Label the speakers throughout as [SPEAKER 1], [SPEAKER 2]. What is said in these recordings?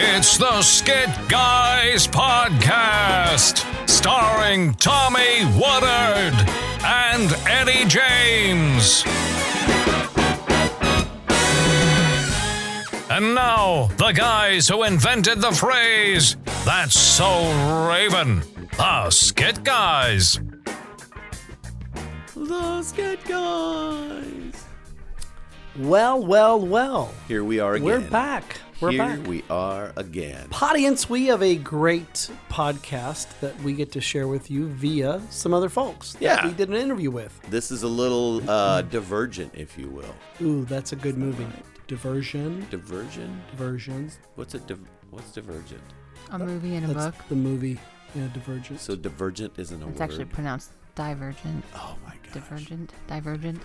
[SPEAKER 1] It's the Skit Guys Podcast, starring Tommy Woodard and Eddie James. And now, the guys who invented the phrase, that's so Raven, the Skit Guys.
[SPEAKER 2] The Skit Guys.
[SPEAKER 3] Well, well, well.
[SPEAKER 2] Here we are again.
[SPEAKER 3] We're back. We're
[SPEAKER 2] Here
[SPEAKER 3] back.
[SPEAKER 2] we are again.
[SPEAKER 3] Audience, we have a great podcast that we get to share with you via some other folks that
[SPEAKER 2] Yeah.
[SPEAKER 3] we did an interview with.
[SPEAKER 2] This is a little uh, divergent, if you will.
[SPEAKER 3] Ooh, that's a good movie. Diversion.
[SPEAKER 2] Divergent?
[SPEAKER 3] Diversions.
[SPEAKER 2] What's a div- what's divergent?
[SPEAKER 4] A movie and a
[SPEAKER 3] That's
[SPEAKER 4] book.
[SPEAKER 3] the movie. Yeah, Divergence.
[SPEAKER 2] So divergent isn't a
[SPEAKER 4] It's
[SPEAKER 2] word.
[SPEAKER 4] actually pronounced divergent,
[SPEAKER 2] oh my god.
[SPEAKER 4] divergent, divergent.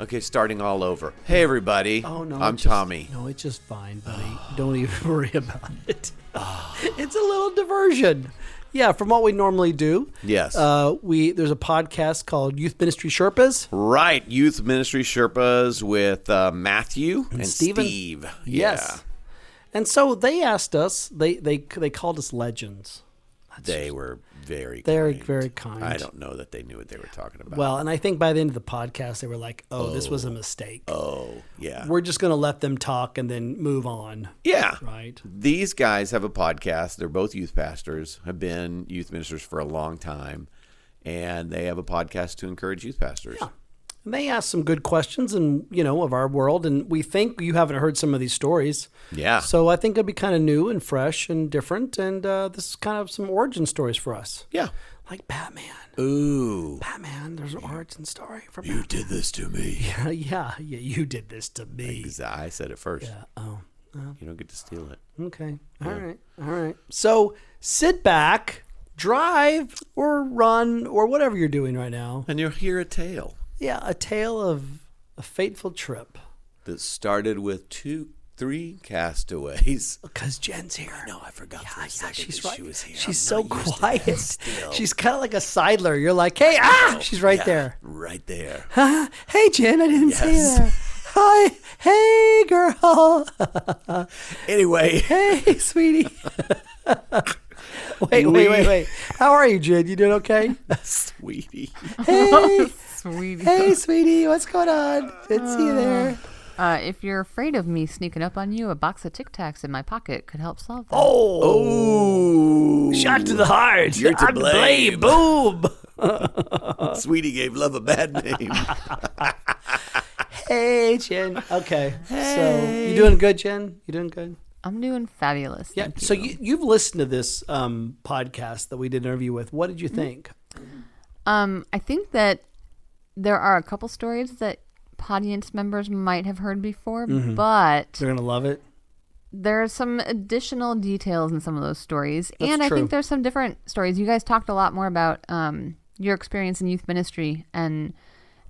[SPEAKER 2] Okay, starting all over. Hey everybody.
[SPEAKER 3] oh no,
[SPEAKER 2] I'm
[SPEAKER 3] it's just-
[SPEAKER 2] Tommy.
[SPEAKER 3] No, it's just fine, buddy. Don't even worry about it.
[SPEAKER 2] Ah.
[SPEAKER 3] it's a little diversion. Yeah, from what we normally do.
[SPEAKER 2] Yes.
[SPEAKER 3] Uh, we there's a podcast called Youth Ministry Sherpas.
[SPEAKER 2] Right, youth ministry Sherpas with uh, Matthew and,
[SPEAKER 3] Steven.
[SPEAKER 2] Steve.
[SPEAKER 3] Yes. And so they asked us. They they they called us legends.
[SPEAKER 2] Yeah, they were very.
[SPEAKER 3] They're
[SPEAKER 2] kind.
[SPEAKER 3] very kind.
[SPEAKER 2] I don't know that they knew what they were talking about.
[SPEAKER 3] Well, and I think by the end of the podcast, they were like, "Oh, this was a mistake.
[SPEAKER 2] oh yeah,
[SPEAKER 3] We're just going to let them talk and then move on."
[SPEAKER 2] yeah.
[SPEAKER 3] Right.
[SPEAKER 2] These guys have a podcast. They're both youth pastors, have been youth ministers for a long time, and they have a podcast to encourage youth pastors.
[SPEAKER 3] And they asked some good questions, and you know, of our world, and we think you haven't heard some of these stories.
[SPEAKER 2] Yeah.
[SPEAKER 3] So I think it'd be kind of new and fresh and different, and uh, this is kind of some origin stories for us,
[SPEAKER 2] Yeah.
[SPEAKER 3] like Batman.
[SPEAKER 2] Ooh.
[SPEAKER 3] Batman, there's an origin story for
[SPEAKER 2] You did this to me.
[SPEAKER 3] Batman. yeah, yeah, you did this to me.
[SPEAKER 2] I said it first.
[SPEAKER 3] Oh.
[SPEAKER 2] You don't get to steal it.
[SPEAKER 3] Okay. All right. All right. So sit back, drive, or run, or whatever you're doing right now.
[SPEAKER 2] And you'll hear a tale
[SPEAKER 3] Yeah, a tale of a fateful trip.
[SPEAKER 2] that started with two, three castaways.
[SPEAKER 3] Because Jen's here. No, I
[SPEAKER 2] forgot
[SPEAKER 3] Yeah,
[SPEAKER 2] for a
[SPEAKER 3] yeah,
[SPEAKER 2] second
[SPEAKER 3] she's
[SPEAKER 2] that
[SPEAKER 3] right.
[SPEAKER 2] she was here.
[SPEAKER 3] She's
[SPEAKER 2] I'm
[SPEAKER 3] so
[SPEAKER 2] not used to
[SPEAKER 3] quiet.
[SPEAKER 2] still.
[SPEAKER 3] She's kind of like a sidler. You're like, hey, ah, she's right
[SPEAKER 2] Yeah,
[SPEAKER 3] there.
[SPEAKER 2] Right there.
[SPEAKER 3] Hey, Jen, I didn't see
[SPEAKER 2] Yes.
[SPEAKER 3] that. Hi, hey, girl.
[SPEAKER 2] anyway.
[SPEAKER 3] Hey, sweetie. wait,
[SPEAKER 2] We-
[SPEAKER 3] wait, wait, wait. How are you, Jen? You doing okay?
[SPEAKER 2] Sweetie.
[SPEAKER 3] hey.
[SPEAKER 4] Sweetie.
[SPEAKER 3] hey, sweetie, what's going on? Good to see you there.
[SPEAKER 4] Uh, if you're afraid of me sneaking up on you, a box of Tic Tacs in my pocket could help solve that.
[SPEAKER 2] Oh.
[SPEAKER 3] Shot to the heart.
[SPEAKER 2] You're to
[SPEAKER 3] I'm to
[SPEAKER 2] blame.
[SPEAKER 3] Boom.
[SPEAKER 2] Sweetie gave love a bad name.
[SPEAKER 3] Hey, Jen. Okay. So you doing good, Jen? You doing good?
[SPEAKER 4] I'm doing fabulous.
[SPEAKER 3] Yeah.
[SPEAKER 4] thank
[SPEAKER 3] So you, you've listened to this um, podcast that we did an interview with. What did you think?
[SPEAKER 4] Um, I think that there are a couple stories that audience members might have heard before,
[SPEAKER 3] Mm-hmm.
[SPEAKER 4] but
[SPEAKER 3] They're gonna love it.
[SPEAKER 4] there are some additional details in some of those stories, and I
[SPEAKER 3] true.
[SPEAKER 4] think there's some different stories. You guys talked a lot more about um, your experience in youth ministry and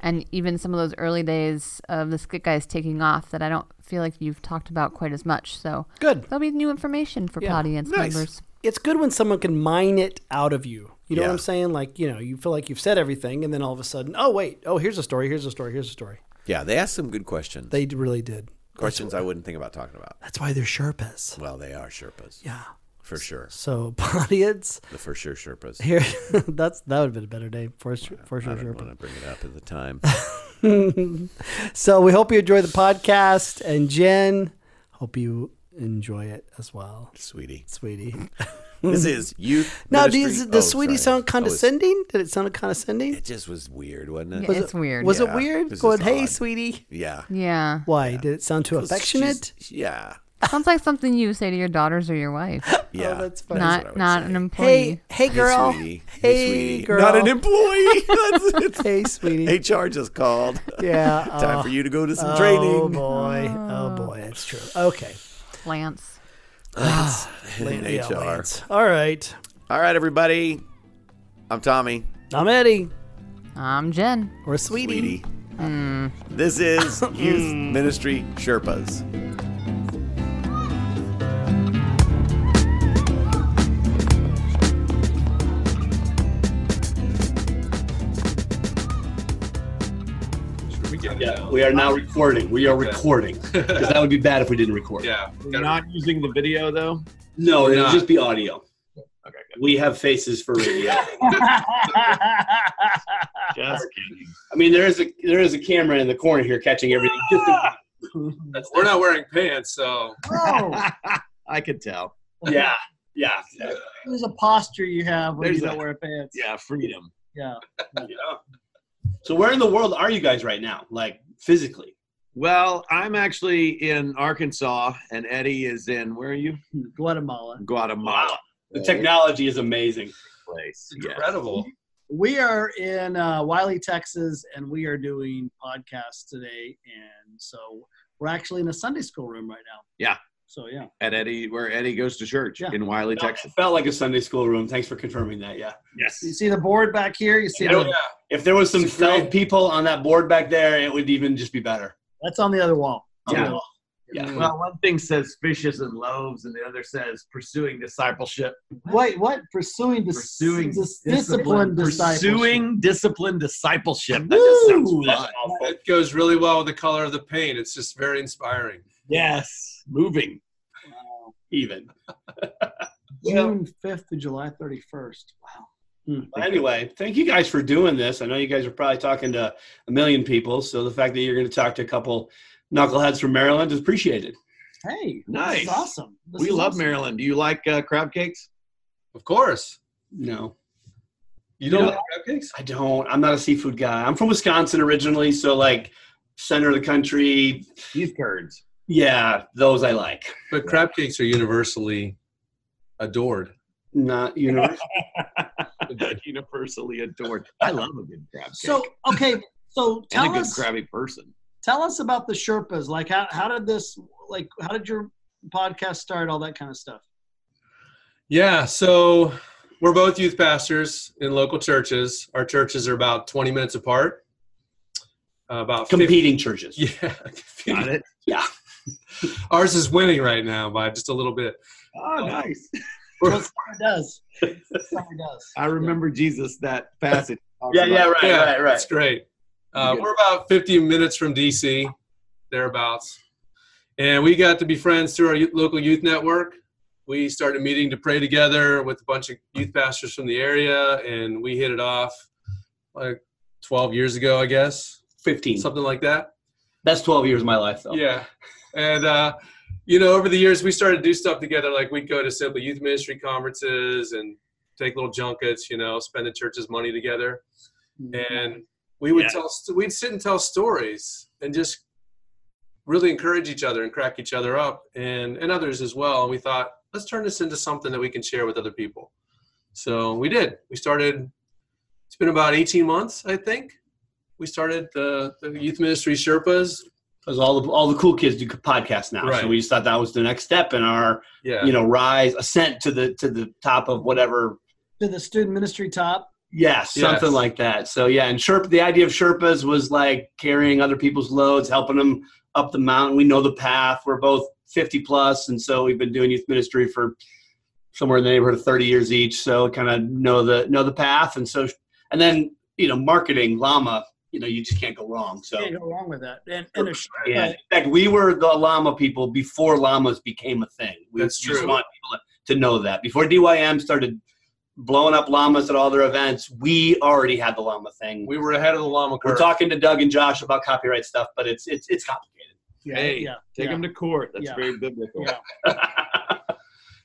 [SPEAKER 4] and even some of those early days of the Skit Guys taking off that I don't feel like you've talked about quite as much. So
[SPEAKER 3] Good.
[SPEAKER 4] there'll be new information for
[SPEAKER 3] Yeah.
[SPEAKER 4] audience
[SPEAKER 2] Nice.
[SPEAKER 4] members.
[SPEAKER 3] It's good when someone can mine it out of you. You know
[SPEAKER 2] Yeah.
[SPEAKER 3] what I'm saying? Like, you know, you feel like you've said everything, and then all of a sudden, oh wait, oh here's a story, here's a story, here's a story.
[SPEAKER 2] yeah, they asked some good questions.
[SPEAKER 3] They really did.
[SPEAKER 2] questions I wouldn't think about talking about.
[SPEAKER 3] That's why they're Sherpas.
[SPEAKER 2] Well, they are Sherpas.
[SPEAKER 3] Yeah.
[SPEAKER 2] For sure.
[SPEAKER 3] So, audience,
[SPEAKER 2] The for sure Sherpas.
[SPEAKER 3] Here, that's that would have been a better name for sure. For
[SPEAKER 2] I
[SPEAKER 3] sure,
[SPEAKER 2] didn't
[SPEAKER 3] sure.
[SPEAKER 2] want to bring it up at the time.
[SPEAKER 3] So we hope you enjoy the podcast, and Jen, hope you enjoy it as well,
[SPEAKER 2] Sweetie.
[SPEAKER 3] sweetie.
[SPEAKER 2] This is youth.
[SPEAKER 3] Now,
[SPEAKER 2] ministry-
[SPEAKER 3] does,
[SPEAKER 2] Oh,
[SPEAKER 3] does sweetie
[SPEAKER 2] sorry.
[SPEAKER 3] sound
[SPEAKER 2] Oh, it's-
[SPEAKER 3] condescending? Did it sound condescending?
[SPEAKER 2] it just was weird, wasn't it?
[SPEAKER 4] Yeah, it's weird.
[SPEAKER 3] Was it
[SPEAKER 2] Yeah,
[SPEAKER 3] weird?
[SPEAKER 2] it's
[SPEAKER 3] Going,
[SPEAKER 2] just
[SPEAKER 3] hey,
[SPEAKER 2] odd.
[SPEAKER 3] sweetie.
[SPEAKER 2] Yeah.
[SPEAKER 4] yeah.
[SPEAKER 3] Why did it sound too affectionate?
[SPEAKER 2] She's- Yeah.
[SPEAKER 4] Sounds like something you say to your daughters or your wife,
[SPEAKER 2] Yeah.
[SPEAKER 3] Oh, that's funny.
[SPEAKER 2] what I
[SPEAKER 4] not
[SPEAKER 2] would
[SPEAKER 4] not
[SPEAKER 2] say.
[SPEAKER 4] an employee.
[SPEAKER 3] Hey, hey, girl.
[SPEAKER 2] Hey, sweetie.
[SPEAKER 3] Hey,
[SPEAKER 2] sweetie.
[SPEAKER 3] girl.
[SPEAKER 2] Not an employee. That's it.
[SPEAKER 3] Hey, sweetie.
[SPEAKER 2] HR just called.
[SPEAKER 3] Yeah.
[SPEAKER 2] Time
[SPEAKER 3] oh,
[SPEAKER 2] for you to go to some training.
[SPEAKER 3] Oh boy. Oh boy. That's true. Okay.
[SPEAKER 4] Lance.
[SPEAKER 3] Lance, yeah,
[SPEAKER 2] HR.
[SPEAKER 3] Lance. All right.
[SPEAKER 2] All right, everybody. I'm Tommy.
[SPEAKER 3] I'm Eddie
[SPEAKER 4] I'm Jen.
[SPEAKER 3] or sweetie.
[SPEAKER 2] Sweetie. This is Youth Ministry Sherpas.
[SPEAKER 5] Should we get Yeah, we are now recording. We are recording. 'Cause that would be bad if we didn't record.
[SPEAKER 6] Yeah.
[SPEAKER 2] We're
[SPEAKER 6] gotta-
[SPEAKER 2] not using the video though.
[SPEAKER 5] No,
[SPEAKER 6] We're
[SPEAKER 5] it'll
[SPEAKER 6] not.
[SPEAKER 5] just be audio.
[SPEAKER 6] Okay,
[SPEAKER 5] We have faces for radio.
[SPEAKER 2] Just kidding.
[SPEAKER 5] I mean, there is a there is a camera in the corner here catching everything. Just in-
[SPEAKER 7] Mm-hmm.
[SPEAKER 6] good. We're not wearing pants, so
[SPEAKER 2] I could tell.
[SPEAKER 5] yeah, yeah,
[SPEAKER 7] There's a posture you have when
[SPEAKER 2] There's
[SPEAKER 7] you don't
[SPEAKER 2] a-
[SPEAKER 7] wear pants.
[SPEAKER 2] Yeah, freedom.
[SPEAKER 7] Yeah.
[SPEAKER 5] yeah. So where in the world are you guys right now? Like physically?
[SPEAKER 2] Well, I'm actually in Arkansas, and Eddie is in where are you?
[SPEAKER 7] Guatemala.
[SPEAKER 2] Guatemala.
[SPEAKER 5] The technology is amazing.
[SPEAKER 2] Place. Yeah.
[SPEAKER 6] incredible.
[SPEAKER 7] We are in uh, Wiley, Texas, and we are doing podcasts today. And so we're actually in a Sunday school room right now.
[SPEAKER 2] Yeah.
[SPEAKER 7] So, yeah.
[SPEAKER 2] At Eddie, where Eddie goes to church
[SPEAKER 7] Yeah.
[SPEAKER 2] in Wiley,
[SPEAKER 5] Felt-
[SPEAKER 2] Texas.
[SPEAKER 5] Felt like a Sunday school room. Thanks for confirming that. Yeah.
[SPEAKER 2] Yes.
[SPEAKER 7] You see the board back here? You see
[SPEAKER 5] Yeah.
[SPEAKER 7] the,
[SPEAKER 5] If there was some
[SPEAKER 6] It's great.
[SPEAKER 5] felt people on that board back there, it would even just be better.
[SPEAKER 7] That's on the other wall. On the
[SPEAKER 2] Yeah.
[SPEAKER 7] wall.
[SPEAKER 5] Yeah.
[SPEAKER 2] Well, one thing says fishes and loaves, and the other says pursuing discipleship.
[SPEAKER 7] Wait, what? Pursuing, dis-
[SPEAKER 2] Pursuing
[SPEAKER 7] dis- discipline, discipleship.
[SPEAKER 2] Pursuing discipline discipleship. That just sounds
[SPEAKER 7] Woo!
[SPEAKER 2] fun.
[SPEAKER 6] It goes really well with the color of the paint. It's just very inspiring.
[SPEAKER 2] Yes. Moving.
[SPEAKER 5] Even.
[SPEAKER 7] June 5th to July 31st. Wow.
[SPEAKER 2] Hmm.
[SPEAKER 5] Well, anyway, thank you guys for doing this. I know you guys are probably talking to a million people, so the fact that you're going to talk to a couple knuckleheads from Maryland is appreciated.
[SPEAKER 7] Hey, This
[SPEAKER 2] Nice.
[SPEAKER 7] is awesome. This
[SPEAKER 2] we
[SPEAKER 7] is
[SPEAKER 2] love
[SPEAKER 7] awesome.
[SPEAKER 2] Maryland. Do you like uh, crab cakes?
[SPEAKER 6] Of course.
[SPEAKER 5] No,
[SPEAKER 6] You don't
[SPEAKER 2] Yeah.
[SPEAKER 6] like crab cakes?
[SPEAKER 5] I don't. I'm not a seafood guy. I'm from Wisconsin originally, so like center of the country.
[SPEAKER 2] These curds.
[SPEAKER 5] Yeah, those I like.
[SPEAKER 6] But crab cakes are universally adored.
[SPEAKER 5] Not universal.
[SPEAKER 2] Universally adored. I love a good crab cake.
[SPEAKER 7] So, okay. So
[SPEAKER 2] and a
[SPEAKER 7] tell
[SPEAKER 2] good
[SPEAKER 7] us,
[SPEAKER 2] crabby person.
[SPEAKER 7] tell us about the Sherpas. Like, how, how did this, like, how did your podcast start? All that kind of stuff.
[SPEAKER 6] Yeah, so we're both youth pastors in local churches. Our churches are about 20 minutes apart. Uh, about 50
[SPEAKER 5] Competing churches.
[SPEAKER 6] Yeah.
[SPEAKER 2] Got it.
[SPEAKER 6] Ours is winning right now by just a little bit.
[SPEAKER 2] Oh, nice.
[SPEAKER 6] We're-
[SPEAKER 7] It does. It does.
[SPEAKER 2] I remember Jesus that passage. talks
[SPEAKER 5] Yeah,
[SPEAKER 2] about-
[SPEAKER 5] yeah, right,
[SPEAKER 6] Uh, Yeah,
[SPEAKER 5] right, right.
[SPEAKER 6] That's great. Uh,
[SPEAKER 2] Good.
[SPEAKER 6] we're about 50 minutes from DC, thereabouts. And we got to be friends through our youth, local youth network. We started meeting to pray together with a bunch of youth pastors from the area, and we hit it off like 12 years ago, I guess,
[SPEAKER 5] Fifteen.
[SPEAKER 6] something like that.
[SPEAKER 5] That's 12 years of my life, though.
[SPEAKER 6] Yeah. And, uh, you know, over the years, we started to do stuff together. Like we'd go to simple youth ministry conferences and take little junkets, you know, spend the church's money together. And we would
[SPEAKER 2] Yeah.
[SPEAKER 6] tell, st- we'd sit and tell stories and just really encourage each other and crack each other up and, and others as well. And we thought, let's turn this into something that we can share with other people. So we did. We started, it's been about 18 months, I think. We started the, the youth ministry Sherpas.
[SPEAKER 5] Because all the all the cool kids do podcasts now,
[SPEAKER 6] Right.
[SPEAKER 5] so we just thought that was the next step in our
[SPEAKER 6] Yeah.
[SPEAKER 5] you know rise ascent to the to the top of whatever
[SPEAKER 7] to the student ministry top.
[SPEAKER 5] Yeah, something
[SPEAKER 6] Yes.
[SPEAKER 5] like that. So yeah, and Sherpa, the idea of Sherpas was like carrying other people's loads, helping them up the mountain. We know the path. We're both 50 plus, and so we've been doing youth ministry for somewhere in the neighborhood of 30 years each. So kind of know the know the path, and so and then you know marketing llama. You know, you just can't go wrong. So
[SPEAKER 7] Can't go wrong with that. And, and a Sherpa,
[SPEAKER 5] yeah, in fact, we were the llama people before llamas became a thing. We
[SPEAKER 6] That's
[SPEAKER 5] just
[SPEAKER 6] true.
[SPEAKER 5] want people to know that. Before DYM started blowing up llamas at all their events, we already had the llama thing.
[SPEAKER 6] We were ahead of the llama curve.
[SPEAKER 5] We're talking to Doug and Josh about copyright stuff, but it's it's it's complicated.
[SPEAKER 7] yeah,
[SPEAKER 2] Hey,
[SPEAKER 7] yeah,
[SPEAKER 2] Take
[SPEAKER 7] yeah.
[SPEAKER 2] him to court. That's
[SPEAKER 7] Yeah.
[SPEAKER 2] very biblical.
[SPEAKER 7] Yeah.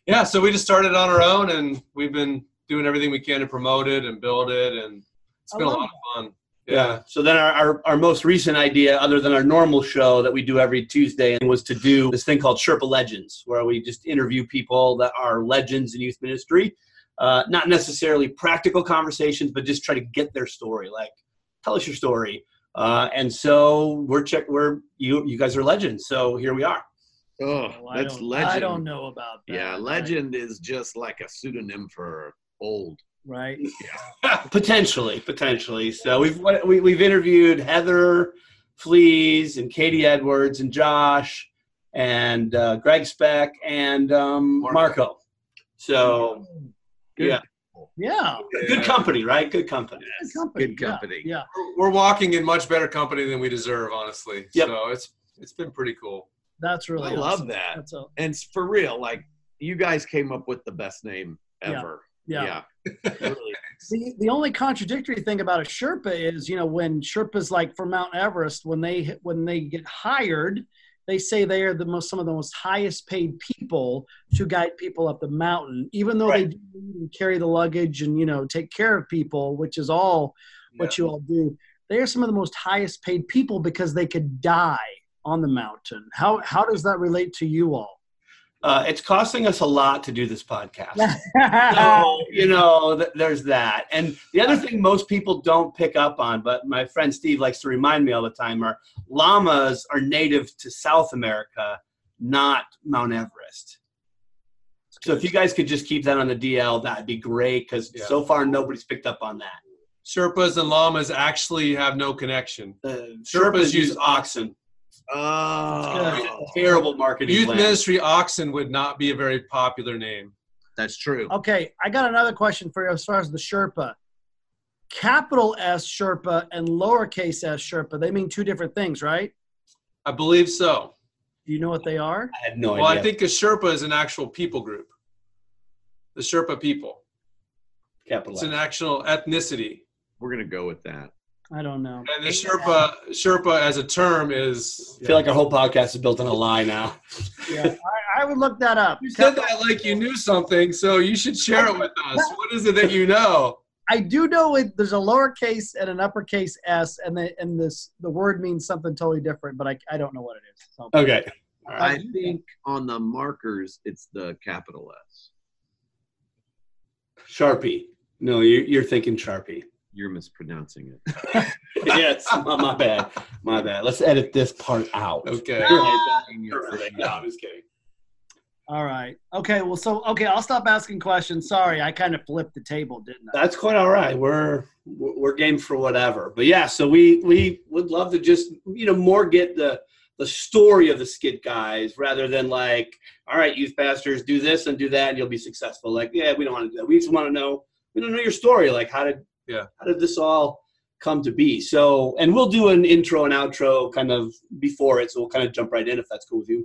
[SPEAKER 6] yeah, so we just started on our own, and we've been doing everything we can to promote it and build it, and it's
[SPEAKER 7] I
[SPEAKER 6] been a
[SPEAKER 7] love
[SPEAKER 6] lot of fun. Yeah,
[SPEAKER 5] So then our, our, our most recent idea, other than our normal show that we do every Tuesday, was to do this thing called Sherpa Legends, where we just interview people that are legends in youth ministry. Uh, not necessarily practical conversations, but just try to get their story. Like, tell us your story. Uh, and so we're check we're you you guys are legends. So here we are.
[SPEAKER 2] Oh,
[SPEAKER 7] I
[SPEAKER 2] that's
[SPEAKER 7] don't-
[SPEAKER 2] legend.
[SPEAKER 7] I don't know about that.
[SPEAKER 2] Yeah,
[SPEAKER 7] Like,
[SPEAKER 2] legend is just like a pseudonym for old.
[SPEAKER 7] Right.
[SPEAKER 5] potentially, potentially. So we've we, we've interviewed Heather Fleas and Katie Edwards and Josh and uh, Greg Speck and um,
[SPEAKER 6] Marco.
[SPEAKER 5] Marco. So
[SPEAKER 2] Um, Good.
[SPEAKER 5] yeah,
[SPEAKER 2] people.
[SPEAKER 7] Yeah.
[SPEAKER 5] Good
[SPEAKER 6] Yeah.
[SPEAKER 5] company, right? Good company.
[SPEAKER 7] Good company.
[SPEAKER 2] Good
[SPEAKER 7] yeah,
[SPEAKER 2] company.
[SPEAKER 7] Yeah.
[SPEAKER 6] We're walking in much better company than we deserve, honestly.
[SPEAKER 5] Yep.
[SPEAKER 6] So it's it's been pretty cool.
[SPEAKER 7] That's really
[SPEAKER 2] I love
[SPEAKER 7] awesome.
[SPEAKER 2] that.
[SPEAKER 7] That's a,
[SPEAKER 2] And it's for real, like you guys came up with the best name
[SPEAKER 7] Yeah.
[SPEAKER 2] ever.
[SPEAKER 7] yeah.
[SPEAKER 2] Really.
[SPEAKER 7] The, the only contradictory thing about a Sherpa is, you know, when Sherpas like for Mount Everest, when they when they get hired, they say they are the most some of the most highest paid people to guide people up the mountain, even though
[SPEAKER 5] Right.
[SPEAKER 7] they do need to carry the luggage and you know take care of people, which is all what you all do. They are some of the most highest paid people because they could die on the mountain. How how does that relate to you all?
[SPEAKER 5] Uh, it's costing us a lot to do this podcast. so
[SPEAKER 6] Uh,
[SPEAKER 5] you know th- there's that and the other thing most people don't pick up on but my friend steve likes to remind me all the time are llamas are native to south america not mount everest so if you guys could just keep that on the dl that'd be great because
[SPEAKER 6] Yeah.
[SPEAKER 5] so far nobody's picked up on that
[SPEAKER 6] Sherpas and llamas actually have no connection.
[SPEAKER 5] uh,
[SPEAKER 6] Sherpas
[SPEAKER 5] sherpas
[SPEAKER 6] use
[SPEAKER 5] use oxen
[SPEAKER 2] Oh,
[SPEAKER 5] terrible marketing
[SPEAKER 6] Youth
[SPEAKER 5] plan.
[SPEAKER 6] Ministry Oxen would not be a very popular name.
[SPEAKER 2] that's true.
[SPEAKER 7] Okay, I got another question for you as far as the Sherpa. Capital S Sherpa and lowercase s Sherpa, they mean two different things, right?
[SPEAKER 6] I believe so.
[SPEAKER 7] Do you know what they are?
[SPEAKER 5] i had no
[SPEAKER 6] Well,
[SPEAKER 5] idea
[SPEAKER 6] I think a Sherpa is an actual people group. The Sherpa people.
[SPEAKER 5] Capital
[SPEAKER 6] It's an
[SPEAKER 5] S.
[SPEAKER 6] actual ethnicity.
[SPEAKER 2] We're gonna go with that.
[SPEAKER 7] I don't know.
[SPEAKER 6] And the Sherpa Sherpa as a term is
[SPEAKER 5] I feel like our whole podcast is built on a lie now.
[SPEAKER 7] Yeah, I, I would look that up.
[SPEAKER 6] you said that like you knew something, so you should share it with us. What is it that you know?
[SPEAKER 7] I do know it, there's a lowercase and an uppercase s, and the and this the word means something totally different, but I, I don't know what it is. So
[SPEAKER 5] Okay.
[SPEAKER 2] I think on the markers it's the capital S.
[SPEAKER 5] Sharpie. No, you, you're thinking Sharpie.
[SPEAKER 2] You're mispronouncing it.
[SPEAKER 5] yes, my, my bad. My bad. Let's edit this part out.
[SPEAKER 6] Okay.
[SPEAKER 5] No, I'm just kidding.
[SPEAKER 7] all right, okay, well, so okay, I'll stop asking questions. Sorry, I kind of flipped the table, didn't I?
[SPEAKER 5] That's quite all right. We're we're game for whatever. But yeah, so we we would love to just you know more get the the story of the skid guys rather than like all right, youth pastors, do this and do that and you'll be successful. Like yeah, we don't want to do that. We just want to know we don't know your story. Like how did
[SPEAKER 6] Yeah.
[SPEAKER 5] how did this all come to be? So and we'll do an intro and outro kind of before it, so we'll kind of jump right in if that's cool with you.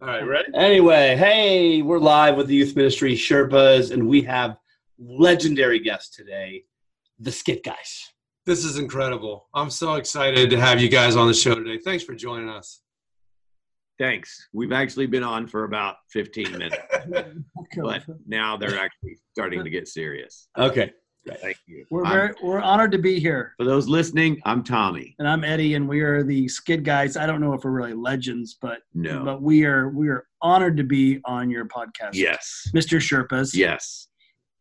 [SPEAKER 6] All right, ready?
[SPEAKER 5] Anyway, hey, we're live with the Youth Ministry Sherpas, and we have legendary guests today, the Skit Guys.
[SPEAKER 6] This is incredible. I'm so excited to have you guys on the show today. Thanks for joining us.
[SPEAKER 2] Thanks. We've actually been on for about 15 minutes, but now they're actually starting to get serious.
[SPEAKER 5] Okay.
[SPEAKER 2] Thank you.
[SPEAKER 7] We're
[SPEAKER 6] Um,
[SPEAKER 2] I'm-
[SPEAKER 7] very, we're honored to be here.
[SPEAKER 2] for those listening, I'm Tommy.
[SPEAKER 7] and I'm Eddie, and we are the Skid Guys. I don't know if we're really legends, but
[SPEAKER 2] No.
[SPEAKER 7] but we are we are honored to be on your podcast.
[SPEAKER 2] yes.
[SPEAKER 7] Mr. Sherpas.
[SPEAKER 2] Yes.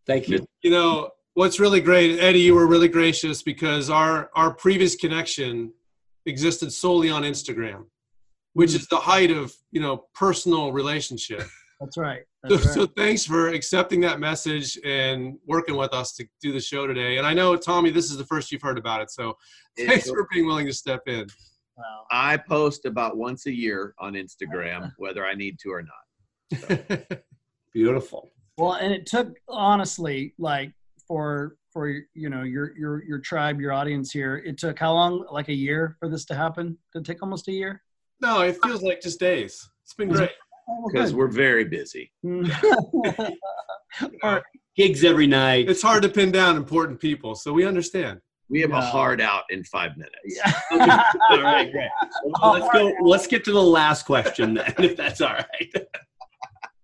[SPEAKER 5] Thank you.
[SPEAKER 6] You know, what's really great, Eddie, you were really gracious because our our previous connection existed solely on Instagram, which is the height of, you know, personal relationship.
[SPEAKER 7] that's right.
[SPEAKER 6] So,
[SPEAKER 7] That's
[SPEAKER 6] so
[SPEAKER 7] right.
[SPEAKER 6] thanks for accepting that message and working with us to do the show today. And I know Tommy, this is the first you've heard about it, so thanks for being willing to step in.
[SPEAKER 7] Wow.
[SPEAKER 2] I post about once a year on Instagram, whether I need to or not.
[SPEAKER 5] Beautiful.
[SPEAKER 7] Well, and it took honestly, like for for you know your your your tribe, your audience here. It took how long? Like a year for this to happen? Did it take almost a year?
[SPEAKER 6] No, it feels like just days. It's been great.
[SPEAKER 7] Oh, well,
[SPEAKER 2] Because
[SPEAKER 7] good.
[SPEAKER 2] we're very busy.
[SPEAKER 5] Gigs every night.
[SPEAKER 6] It's hard to pin down important people, so we understand.
[SPEAKER 2] We have a
[SPEAKER 7] Yeah.
[SPEAKER 2] hard out in five minutes.
[SPEAKER 7] yeah.
[SPEAKER 5] all right, great. Well, let's go. Let's get to the last question then, if that's all right.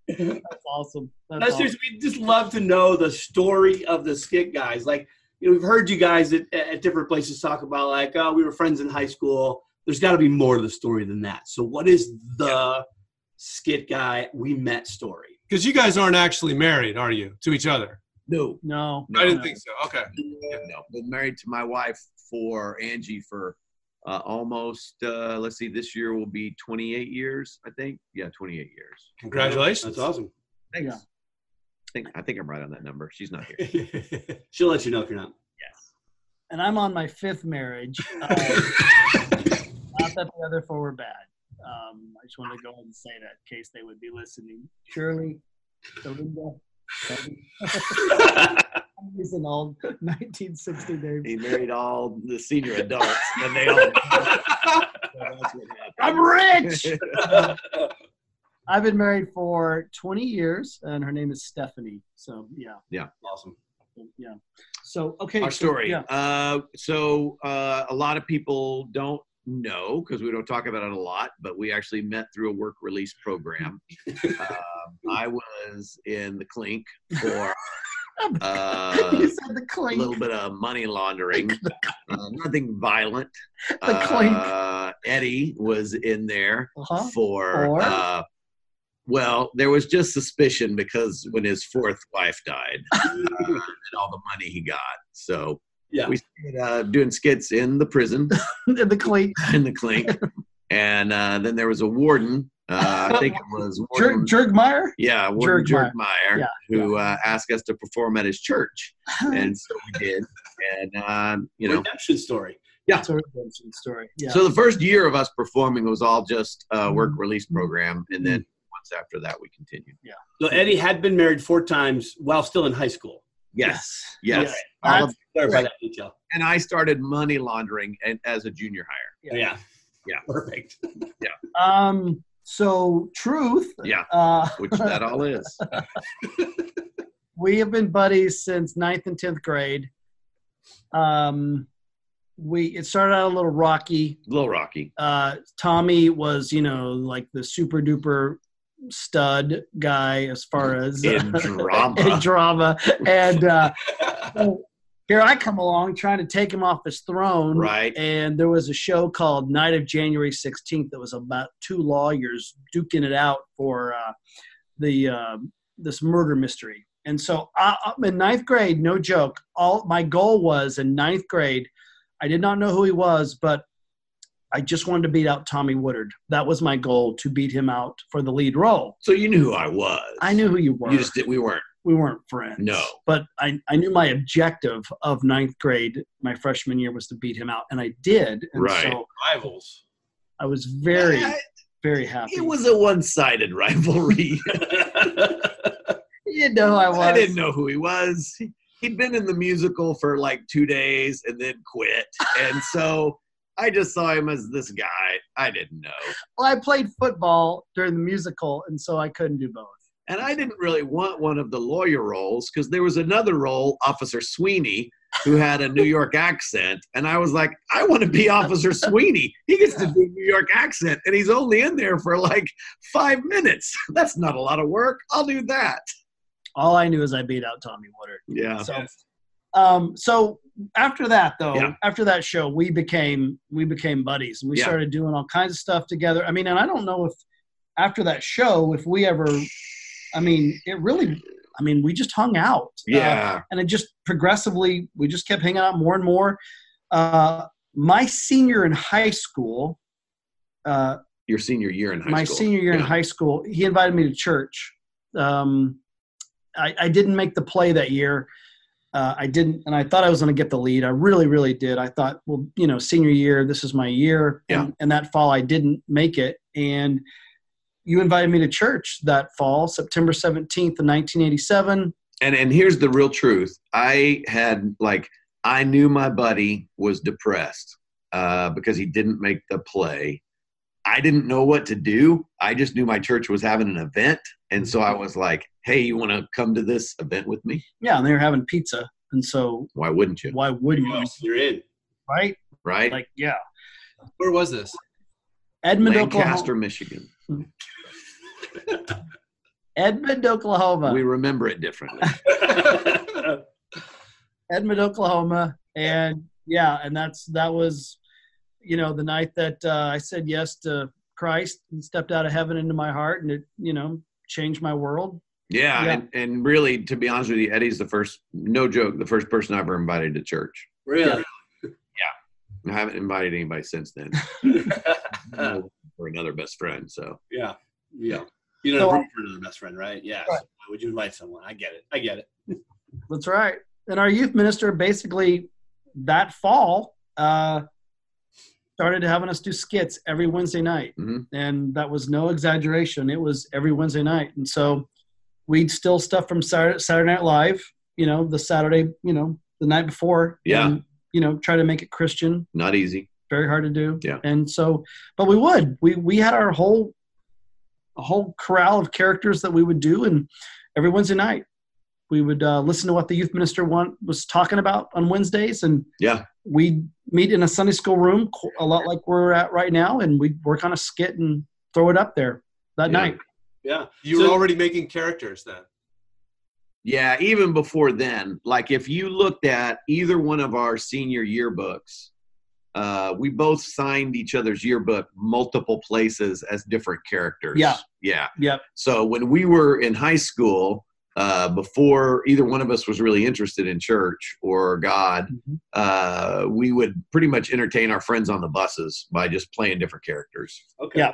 [SPEAKER 7] That's awesome. That's
[SPEAKER 5] That's
[SPEAKER 7] awesome.
[SPEAKER 5] just, we just love to know the story of the skit guys. Like, you know, we've heard you guys at, at different places talk about, like, oh, we were friends in high school. There's got to be more to the story than that. So, what is the skit guy we met story?
[SPEAKER 6] Because you guys aren't actually married, are you, to each other?
[SPEAKER 2] No.
[SPEAKER 7] No.
[SPEAKER 6] I didn't think so. Okay.
[SPEAKER 2] No. Been married to my wife for Angie for uh, almost, uh, let's see, this year will be 28 years, I think. Yeah, 28 years.
[SPEAKER 6] Congratulations.
[SPEAKER 5] That's awesome.
[SPEAKER 2] Thanks.
[SPEAKER 7] Yeah.
[SPEAKER 2] I, think, I think I'm right on that number. She's not here.
[SPEAKER 5] She'll let you know if you're not.
[SPEAKER 7] and I'm on my fifth marriage. Uh, not that the other four were bad. Um, I just wanted to go ahead and say that in case they would be listening. Shirley, Belinda, He's an old 1960 name.
[SPEAKER 2] He married all the senior adults, and they all. That's what
[SPEAKER 7] I'm rich.
[SPEAKER 2] happened.
[SPEAKER 7] I've been married for 20 years, and her name is Stephanie. So yeah,
[SPEAKER 5] awesome.
[SPEAKER 7] yeah. So okay,
[SPEAKER 2] Our
[SPEAKER 7] so-
[SPEAKER 2] story.
[SPEAKER 7] Yeah,
[SPEAKER 2] Uh, so uh, a lot of people don't know because we don't talk about it a lot, but we actually met through a work release program. um, I was in the clink for. Uh,
[SPEAKER 7] you said the
[SPEAKER 2] a
[SPEAKER 7] clink.
[SPEAKER 2] little bit of money laundering, uh, nothing violent.
[SPEAKER 7] The clink.
[SPEAKER 2] Uh, Eddie was in there
[SPEAKER 7] Uh-huh.
[SPEAKER 2] for,
[SPEAKER 7] Or?
[SPEAKER 2] uh, well, there was just suspicion because when his fourth wife died uh, and all the money he got. So
[SPEAKER 5] Yeah.
[SPEAKER 2] we started uh, doing skits in the prison,
[SPEAKER 7] the clink.
[SPEAKER 2] in the clink. And uh, then there was a warden. Uh, I think it was
[SPEAKER 7] Jer-
[SPEAKER 2] Warden
[SPEAKER 7] Jergmeyer.
[SPEAKER 2] yeah, Warden
[SPEAKER 7] Jerkmeyer.
[SPEAKER 2] Jerkmeyer,
[SPEAKER 7] Yeah,
[SPEAKER 2] who Uh, asked us to perform at his church, and so we did. And uh, you know,
[SPEAKER 5] Redemption story.
[SPEAKER 7] That's a redemption story. Yeah.
[SPEAKER 2] so the first year of us performing was all just uh, work release program, and then once after that, we continued.
[SPEAKER 5] So Eddie had been married four times while still in high school.
[SPEAKER 2] Yes, yes.
[SPEAKER 5] Okay.
[SPEAKER 2] All of-
[SPEAKER 7] That's-
[SPEAKER 5] Clarify
[SPEAKER 2] Right.
[SPEAKER 5] that detail.
[SPEAKER 2] and I started money laundering and as a junior hire.
[SPEAKER 5] Yeah.
[SPEAKER 7] Yeah.
[SPEAKER 5] yeah.
[SPEAKER 2] Yeah.
[SPEAKER 5] Perfect.
[SPEAKER 7] um. So truth.
[SPEAKER 2] Yeah,
[SPEAKER 7] Uh,
[SPEAKER 2] which that all is.
[SPEAKER 7] we have been buddies since ninth and tenth grade. Um, we it started out a little rocky.
[SPEAKER 2] Little Rocky.
[SPEAKER 7] uh, Tommy was, you know, like the super duper stud guy as far as
[SPEAKER 2] In drama.
[SPEAKER 7] in drama. And uh, so here I come along trying to take him off his throne.
[SPEAKER 2] Right.
[SPEAKER 7] And there was a show called Night of January 16th that was about two lawyers duking it out for uh, the um this murder mystery. And so I, I'm in ninth grade, no joke. All my goal was in ninth grade, I did not know who he was, but I just wanted to beat out Tommy Woodard. That was my goal to beat him out for the lead role.
[SPEAKER 2] So you knew who I was.
[SPEAKER 7] I knew who you were
[SPEAKER 2] You just did. We weren't.
[SPEAKER 7] we weren't friends.
[SPEAKER 2] No.
[SPEAKER 7] But I, I knew my objective of ninth grade, my freshman year, was to beat him out, and I did. And
[SPEAKER 2] Right.
[SPEAKER 7] so
[SPEAKER 5] Rivals.
[SPEAKER 7] I was very,
[SPEAKER 2] I-
[SPEAKER 7] very happy.
[SPEAKER 2] it was a one-sided rivalry.
[SPEAKER 7] you didn't know who I was.
[SPEAKER 2] I didn't know who he was. He- He'd been in the musical for like two days and then quit. And so I just saw him as this guy. I didn't know.
[SPEAKER 7] Well, I played football during the musical, and so I couldn't do both.
[SPEAKER 2] And I didn't really want one of the lawyer roles because there was another role, Officer Sweeney, who had a New York accent. And I was like, I want to be Officer Sweeney. He gets to do a New York accent and he's only in there for like five minutes. That's not a lot of work. I'll do that.
[SPEAKER 7] All I knew is I beat out Tommy Woodard.
[SPEAKER 2] Yeah.
[SPEAKER 7] So, uh, um, so after that though,
[SPEAKER 2] Yeah.
[SPEAKER 7] after that show, we became we became buddies, and we
[SPEAKER 2] Yeah.
[SPEAKER 7] started doing all kinds of stuff together. I mean, and I don't know if after that show, if we ever, I mean, it really, I mean, we just hung out. Uh,
[SPEAKER 2] Yeah.
[SPEAKER 7] and it just progressively, we just kept hanging out more and more. Uh, my senior in high school, uh,
[SPEAKER 2] Your senior year in high
[SPEAKER 7] my
[SPEAKER 2] school.
[SPEAKER 7] senior year in
[SPEAKER 2] Yeah.
[SPEAKER 7] high school, he invited me to church. Um, I, I didn't make the play that year. Uh, I didn't, and I thought I was going to get the lead. I really, really did. I thought, well, you know, senior year, this is my year.
[SPEAKER 2] Yeah.
[SPEAKER 7] And, and that fall, I didn't make it. And you invited me to church that fall, September 17th, of 1987.
[SPEAKER 2] and and here's the real truth i had like i knew my buddy was depressed uh, because he didn't make the play i didn't know what to do i just knew my church was having an event and so i was like hey you want to come to this event with me
[SPEAKER 7] Yeah. And they were having pizza. And so
[SPEAKER 2] why wouldn't you
[SPEAKER 7] why wouldn't you?
[SPEAKER 5] You're in.
[SPEAKER 7] Right?
[SPEAKER 2] right
[SPEAKER 7] Like, yeah.
[SPEAKER 6] Where was this?
[SPEAKER 7] Edmond,
[SPEAKER 2] lancaster
[SPEAKER 7] Oklahoma.
[SPEAKER 2] michigan
[SPEAKER 7] Edmond, Oklahoma.
[SPEAKER 2] we remember it differently
[SPEAKER 7] Edmond, Oklahoma, and yeah, and that's that was, you know, the night that uh, I said yes to Christ and stepped out of heaven into my heart, and it, you know, changed my world.
[SPEAKER 2] yeah,
[SPEAKER 7] Yeah.
[SPEAKER 2] And, and really to be honest with you eddie's the first no joke the first person i ever invited to church
[SPEAKER 5] really?
[SPEAKER 2] i haven't invited anybody since then
[SPEAKER 7] Uh.
[SPEAKER 2] for another best friend so
[SPEAKER 5] Yeah. Yeah. You don't
[SPEAKER 7] So-
[SPEAKER 5] have room for another best friend, right? Yeah. So why would you invite someone? I get it. I get it.
[SPEAKER 7] That's right. And our youth minister basically that fall uh, started having us do skits every Wednesday night,
[SPEAKER 2] Mhm.
[SPEAKER 7] and that was no exaggeration. It was every Wednesday night, and so we'd steal stuff from Saturday, Saturday Night Live, you know, the Saturday, you know, the night before.
[SPEAKER 2] Yeah.
[SPEAKER 7] and, you know, try to make it Christian.
[SPEAKER 2] Not easy.
[SPEAKER 7] Very hard to do.
[SPEAKER 2] Yeah.
[SPEAKER 7] And so, but we would. We we had our whole, a whole corral of characters that we would do, and every Wednesday night, we would uh, listen to what the youth minister want, was talking about on Wednesdays, and
[SPEAKER 2] Yeah.
[SPEAKER 7] we meet in a Sunday school room, co- a lot like we're at right now, and we work on a skit and throw it up there that
[SPEAKER 2] Yeah.
[SPEAKER 7] night.
[SPEAKER 6] Yeah. You
[SPEAKER 5] So-
[SPEAKER 6] were already making characters then.
[SPEAKER 2] Yeah, even before then, like if you looked at either one of our senior yearbooks, uh, we both signed each other's yearbook multiple places as different characters.
[SPEAKER 7] Yeah.
[SPEAKER 2] Yeah.
[SPEAKER 7] Yep.
[SPEAKER 2] So when we were in high school, uh, before either one of us was really interested in church or God,
[SPEAKER 7] Mhm.
[SPEAKER 2] uh, we would pretty much entertain our friends on the buses by just playing different characters.
[SPEAKER 5] Okay.
[SPEAKER 7] Yeah.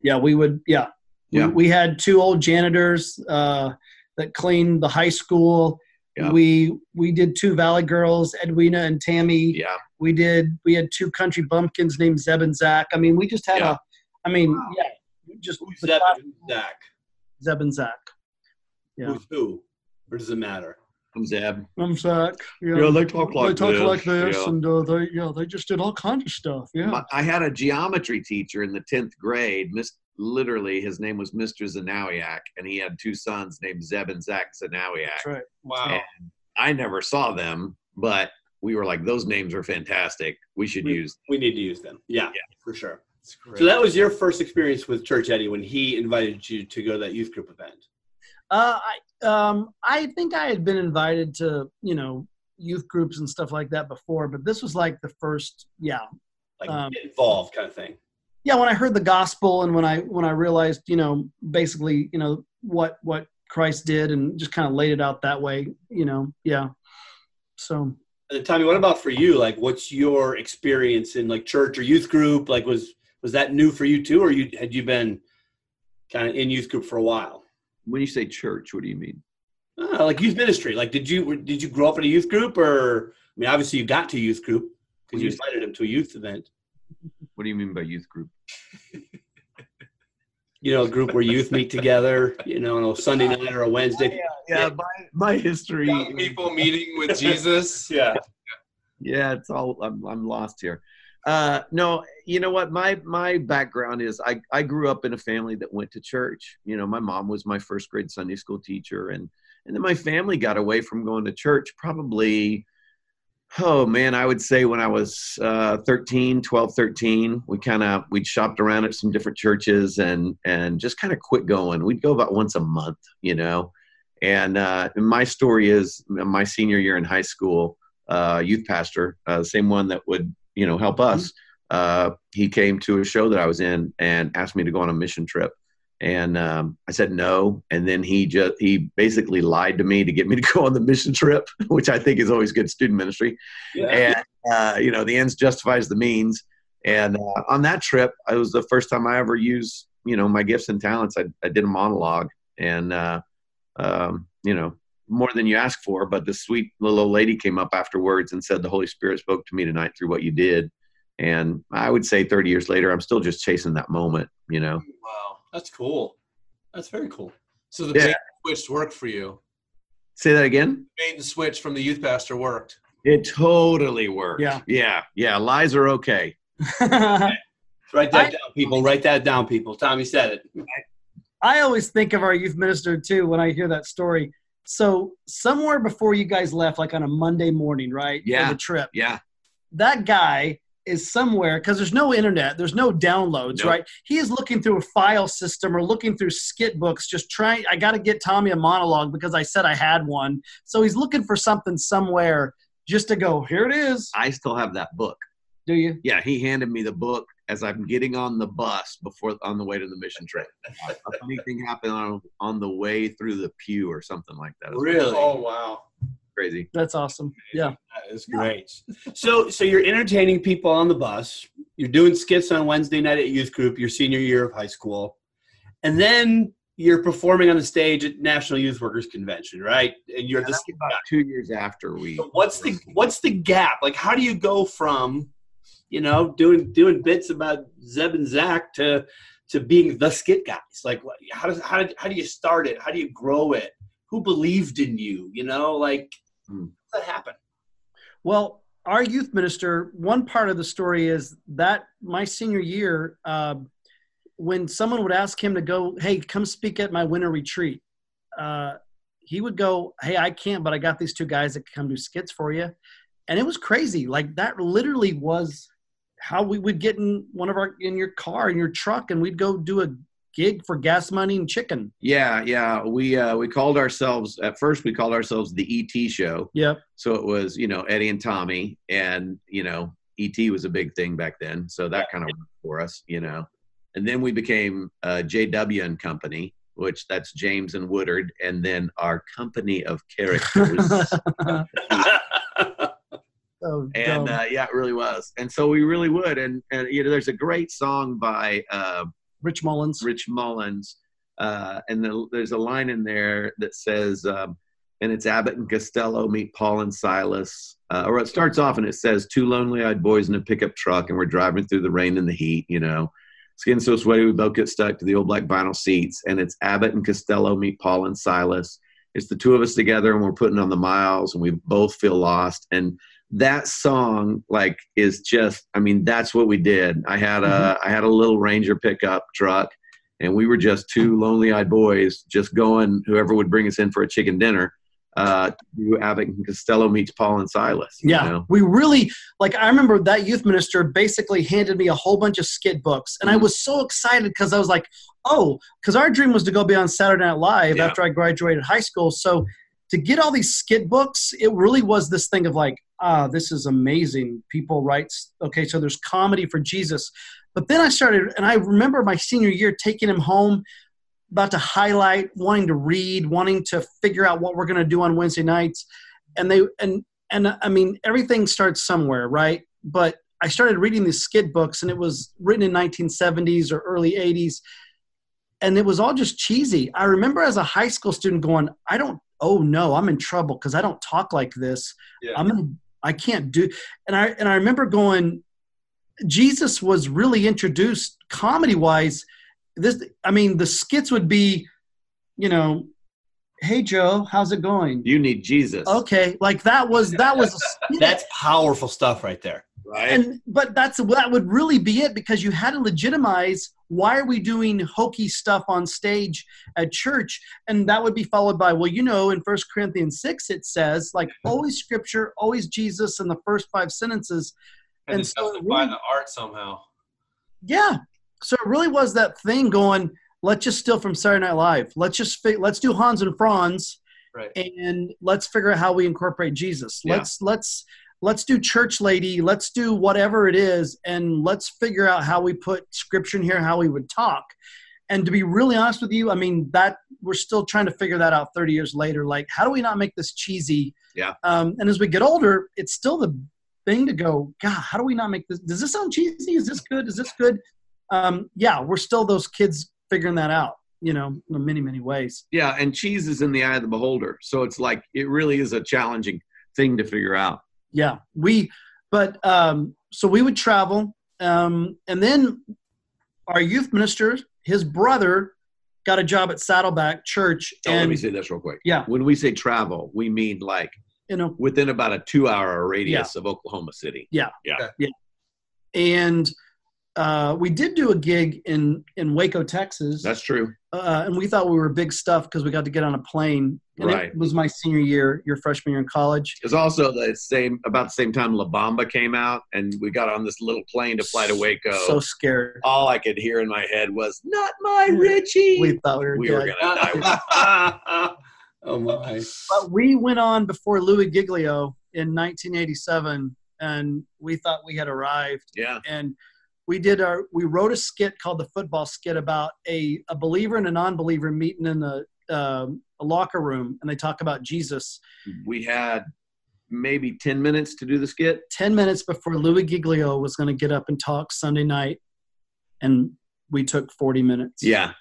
[SPEAKER 7] Yeah, we would. Yeah,
[SPEAKER 2] Yeah.
[SPEAKER 7] We, we had two old janitors uh, that cleaned the high school.
[SPEAKER 2] Yeah.
[SPEAKER 7] We we did two Valley girls, Edwina and Tammy.
[SPEAKER 2] Yeah.
[SPEAKER 7] We did. We had two country bumpkins named Zeb and Zach. I mean, we just had
[SPEAKER 2] Yeah.
[SPEAKER 7] a. I mean,
[SPEAKER 2] Wow.
[SPEAKER 7] yeah, we just
[SPEAKER 5] Who's
[SPEAKER 7] the
[SPEAKER 5] that?
[SPEAKER 7] class-
[SPEAKER 5] Zach.
[SPEAKER 7] Zeb and Zach. Yeah.
[SPEAKER 5] Who's who? Or does it matter?
[SPEAKER 2] I'm Zeb.
[SPEAKER 7] I'm Zach.
[SPEAKER 2] Yeah, they talk like this. Yeah.
[SPEAKER 7] and uh, they yeah they just did all kinds of stuff.
[SPEAKER 2] My- I had a geometry teacher in the 10th grade. Miss, literally, his name was Mr. Zanawiak, and he had two sons named Zeb and Zach Zanawiak.
[SPEAKER 7] that's right.
[SPEAKER 6] Wow.
[SPEAKER 2] I never saw them, but we were like, those names are fantastic. We should
[SPEAKER 5] We-
[SPEAKER 2] use.
[SPEAKER 5] We need to use them. Yeah,
[SPEAKER 2] Yeah.
[SPEAKER 5] for sure.
[SPEAKER 6] That's great.
[SPEAKER 5] So that was your first experience with Church Eddie when he invited you to go to that youth group event.
[SPEAKER 7] Uh, I um I think I had been invited to you know youth groups and stuff like that before, but this was like the first yeah
[SPEAKER 5] Like
[SPEAKER 7] Um,
[SPEAKER 5] get involved kind of thing.
[SPEAKER 7] yeah when i heard the gospel and when i when i realized you know basically you know what what christ did and just kind of laid it out that way you know yeah so
[SPEAKER 5] And then, Tommy, what about for you? Like what's your experience in like church or youth group? Like was was that new for you too, or you had you been kind of in youth group for a while?
[SPEAKER 2] When you say church, what do you mean?
[SPEAKER 5] Ah, like youth ministry. Like did you were- did you grow up in a youth group or I mean obviously you got to youth group because you invited him to a youth event.
[SPEAKER 2] What do you mean by youth group?
[SPEAKER 5] You know, a group where youth meet together, you know, on a Sunday night or a Wednesday.
[SPEAKER 2] Yeah, my, my history.
[SPEAKER 6] Young people meeting with Jesus.
[SPEAKER 5] Yeah.
[SPEAKER 2] yeah it's all i'm, I'm lost here uh, no you know what my my background is I, I grew up in a family that went to church you know my mom was my first grade sunday school teacher and and then my family got away from going to church probably oh man i would say when i was uh, 13 12 13 we kind of we'd shopped around at some different churches and and just kind of quit going we'd go about once a month you know and uh, my story is my senior year in high school uh, youth pastor, uh, the same one that would you know help us. Uh, he came to a show that I was in and asked me to go on a mission trip, and um, I said no. And then he just he basically lied to me to get me to go on the mission trip, which I think is always good student ministry. And uh, you know the ends justifies the means. And uh, on that trip, it was the first time I ever used you know my gifts and talents. I, I did a monologue, and uh, um, you know more than you asked for. But the sweet little old lady came up afterwards and said, The Holy Spirit spoke to me tonight through what you did. And I would say 30 years later, I'm still just chasing that moment, you know?
[SPEAKER 6] Wow.
[SPEAKER 5] That's cool. That's very cool.
[SPEAKER 6] So the
[SPEAKER 2] Yeah.
[SPEAKER 6] bait and switch worked for you.
[SPEAKER 2] Say that again?
[SPEAKER 6] Bait and switch from the youth pastor worked.
[SPEAKER 2] It totally worked.
[SPEAKER 7] Yeah.
[SPEAKER 2] Yeah. Yeah. Lies are okay.
[SPEAKER 5] Write that
[SPEAKER 7] I-
[SPEAKER 5] down, people. Write that down, people. Tommy said it.
[SPEAKER 7] I always think of our youth minister too when I hear that story. So somewhere before you guys left, like on a Monday morning, right? for
[SPEAKER 2] Yeah.
[SPEAKER 7] the trip.
[SPEAKER 2] Yeah.
[SPEAKER 7] That guy is somewhere because there's no internet, there's no downloads,
[SPEAKER 2] Nope.
[SPEAKER 7] right? He is looking through a file system or looking through skit books, just trying. I got to get Tommy a monologue because I said I had one. So he's looking for something somewhere just to go. Here it is.
[SPEAKER 2] I still have that book.
[SPEAKER 7] Do you?
[SPEAKER 2] Yeah. He handed me the book as I'm getting on the bus before on the way to the mission trip. A funny thing happened on, on the way through the pew or something like that. It was
[SPEAKER 5] Really?
[SPEAKER 6] Oh wow.
[SPEAKER 2] crazy.
[SPEAKER 7] That's awesome. Yeah.
[SPEAKER 5] That is great. So, so you're entertaining people on the bus. You're doing skits on Wednesday night at youth group, your senior year of high school, and then you're performing on the stage at National Youth Workers Convention, right? And you're
[SPEAKER 2] Yeah,
[SPEAKER 5] the
[SPEAKER 2] that was about two years after we.
[SPEAKER 5] So what's the what's the gap? Like, how do you go from, you know, doing doing bits about Zeb and Zach to to being the skit guys? Like, what, how does how, did, how do you start it? How do you grow it? Who believed in you? You know, like
[SPEAKER 8] Hmm.
[SPEAKER 5] how did that happen?
[SPEAKER 7] Well, our youth minister, one part of the story is that my senior year, uh, when someone would ask him to go, hey, come speak at my winter retreat, uh, he would go, hey, I can't, but I got these two guys that can come do skits for you. And it was crazy. Like that literally was how we would get in one of our, in your car, in your truck, and we'd go do a gig for gas money and chicken.
[SPEAKER 2] Yeah, yeah. We uh, we called ourselves at first. We called ourselves the ET Show.
[SPEAKER 7] Yep.
[SPEAKER 2] So it was you know Eddie and Tommy, and you know ET was a big thing back then. So that kind of worked for us, you know. And then we became uh, JW and Company, which that's James and Woodard, and then our company of characters.
[SPEAKER 7] So dumb.
[SPEAKER 2] and uh, yeah, it really was. And so we really would. And and you know, there's a great song by. Uh,
[SPEAKER 7] Rich Mullins.
[SPEAKER 2] Rich Mullins. Uh, and the, there's a line in there that says, um, and it's Abbott and Costello meet Paul and Silas. Uh, or it starts off and it says, two lonely eyed boys in a pickup truck, and we're driving through the rain and the heat, you know. It's getting so sweaty, we both get stuck to the old black vinyl seats. And it's Abbott and Costello meet Paul and Silas. It's the two of us together, and we're putting on the miles, and we both feel lost. And that song, like, is just—I mean, that's what we did. I had a—I had a little Ranger pickup truck, and we were just two lonely-eyed boys just going whoever would bring us in for a chicken dinner uh to abbott and costello meets paul and silas you
[SPEAKER 7] Yeah,
[SPEAKER 2] know?
[SPEAKER 7] we really like. I remember that youth minister basically handed me a whole bunch of skit books, and I
[SPEAKER 2] Mhm.
[SPEAKER 7] was so excited because I was like, "Oh!" Because our dream was to go be on Saturday Night Live
[SPEAKER 2] Yeah.
[SPEAKER 7] after I graduated high school. So to get all these skit books, it really was this thing of like, "Ah, this is amazing." People write, s- okay, so there's comedy for Jesus, but then I started, and I remember my senior year taking him home about to highlight, wanting to read, wanting to figure out what we're going to do on Wednesday nights, and they and and I mean everything starts somewhere, right? But I started reading these skid books, and it was written in 1970s or early 80s, and it was all just cheesy. I remember as a high school student going, "I don't, oh no, I'm in trouble because I don't talk like this.
[SPEAKER 6] Yeah.
[SPEAKER 7] I'm gonna, I can't do." And I and I remember going, Jesus was really introduced comedy wise this i mean the skits would be you know hey joe how's it going
[SPEAKER 2] you need jesus
[SPEAKER 7] okay like that was that was a skit.
[SPEAKER 5] That's powerful stuff right there.
[SPEAKER 2] right
[SPEAKER 7] and but that's that would really be it because you had to legitimize why are we doing hokey stuff on stage at church and that would be followed by well you know in first corinthians 6 it says like always scripture always jesus in the first five sentences
[SPEAKER 6] And,
[SPEAKER 7] And
[SPEAKER 6] to
[SPEAKER 7] so it
[SPEAKER 6] justify
[SPEAKER 7] really-
[SPEAKER 6] the art somehow.
[SPEAKER 7] Yeah. So it really was that thing going, let's just steal from Saturday Night Live. Let's just fi- let's do Hans and Franz
[SPEAKER 6] Right.
[SPEAKER 7] and let's figure out how we incorporate Jesus.
[SPEAKER 2] Yeah.
[SPEAKER 7] Let's let's let's do church lady, let's do whatever it is and let's figure out how we put scripture in here, how we would talk. And to be really honest with you, I mean that we're still trying to figure that out 30 years later like how do we not make this cheesy?
[SPEAKER 2] Yeah.
[SPEAKER 7] Um, and as we get older, it's still the thing to go, God, how do we not make this? Does this sound cheesy? Is this good? Is this good? Um, yeah, we're still those kids figuring that out, you know, in many, many ways.
[SPEAKER 2] yeah and cheese is in the eye of the beholder so it's like it really is a challenging thing to figure out
[SPEAKER 7] Yeah, we, but um, so we would travel. Um, and then our youth minister, his brother, got a job at Saddleback Church.
[SPEAKER 2] so Oh, let me
[SPEAKER 7] And
[SPEAKER 2] say this real quick
[SPEAKER 7] yeah,
[SPEAKER 2] when we say travel we mean like
[SPEAKER 7] you know,
[SPEAKER 2] within about a two hour radius of oklahoma city
[SPEAKER 7] and uh, we did do a gig in, in Waco, Texas.
[SPEAKER 2] that's true
[SPEAKER 7] uh, and we thought we were big stuff because we got to get on a plane. And
[SPEAKER 2] Right.
[SPEAKER 7] It was my senior year, your freshman year in college.
[SPEAKER 2] it's also the same about the same time la bamba came out and we got on this little plane to fly to waco
[SPEAKER 7] So scared.
[SPEAKER 2] all i could hear in my head was not my richie
[SPEAKER 7] We thought we were
[SPEAKER 2] we
[SPEAKER 7] dead.
[SPEAKER 2] were gonna die
[SPEAKER 6] oh my!
[SPEAKER 7] But we went on before Louis Giglio in 1987, and we thought we had arrived.
[SPEAKER 2] Yeah.
[SPEAKER 7] And we did our we wrote a skit called the football skit about a, a believer and a non-believer meeting in a, um, a locker room, and they talk about Jesus.
[SPEAKER 2] We had maybe 10 minutes to do the skit.
[SPEAKER 7] Ten minutes before Louis Giglio was going to get up and talk Sunday night, and we took 40 minutes.
[SPEAKER 2] Yeah.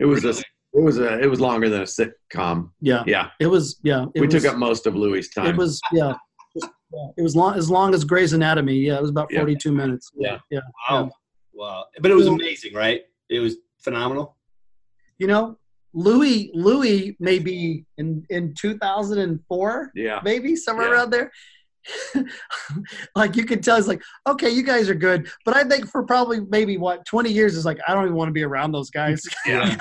[SPEAKER 2] It was a, it was a, it was longer than a sitcom.
[SPEAKER 7] Yeah.
[SPEAKER 2] Yeah.
[SPEAKER 7] It was yeah. It
[SPEAKER 2] we
[SPEAKER 7] was,
[SPEAKER 2] took up most of Louis' time.
[SPEAKER 7] It was yeah. Yeah, It was long as long as Grey's Anatomy. Yeah, it was about
[SPEAKER 2] Yeah.
[SPEAKER 7] forty two minutes.
[SPEAKER 5] Yeah.
[SPEAKER 7] Yeah.
[SPEAKER 5] Wow. Wow. But it was amazing, right? It was phenomenal.
[SPEAKER 7] You know, Louis Louis maybe in in 2004
[SPEAKER 2] Yeah.
[SPEAKER 7] maybe somewhere
[SPEAKER 2] Yeah.
[SPEAKER 7] around there. like you could tell, it's like, okay, you guys are good, but I think for probably maybe what 20 years is like, I don't even want to be around those guys.
[SPEAKER 2] Yeah.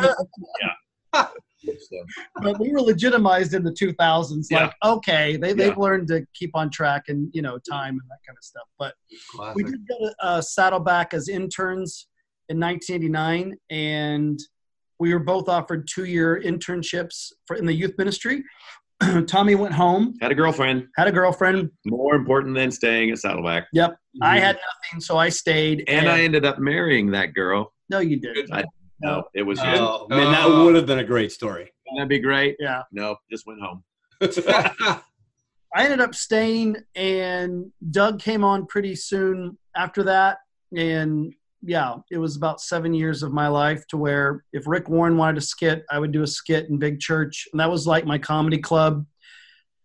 [SPEAKER 7] but we were legitimized in the 2000s.
[SPEAKER 2] Yeah.
[SPEAKER 7] Like, okay, they,
[SPEAKER 2] Yeah.
[SPEAKER 7] they've learned to keep on track and you know time and that kind of stuff. But we
[SPEAKER 6] Classic.
[SPEAKER 7] did go to uh, Saddleback as interns in 1989, and we were both offered two-year internships for, in the youth ministry. Tommy went home,
[SPEAKER 2] Had a girlfriend.
[SPEAKER 7] had a girlfriend.
[SPEAKER 2] More important than staying at Saddleback.
[SPEAKER 7] Yep, I had nothing, so I stayed.
[SPEAKER 2] Mm-hmm. And I ended up marrying that girl.
[SPEAKER 7] no, you did.
[SPEAKER 2] I- No, it was you.
[SPEAKER 5] Oh, man, that would have been a great story.
[SPEAKER 2] Wouldn't that be great?
[SPEAKER 7] Yeah,
[SPEAKER 2] No, just went home.
[SPEAKER 7] I ended up staying, and Doug came on pretty soon after that, and yeah, it was about seven years of my life to where if Rick Warren wanted a skit, I would do a skit in Big Church, and that was like my comedy club.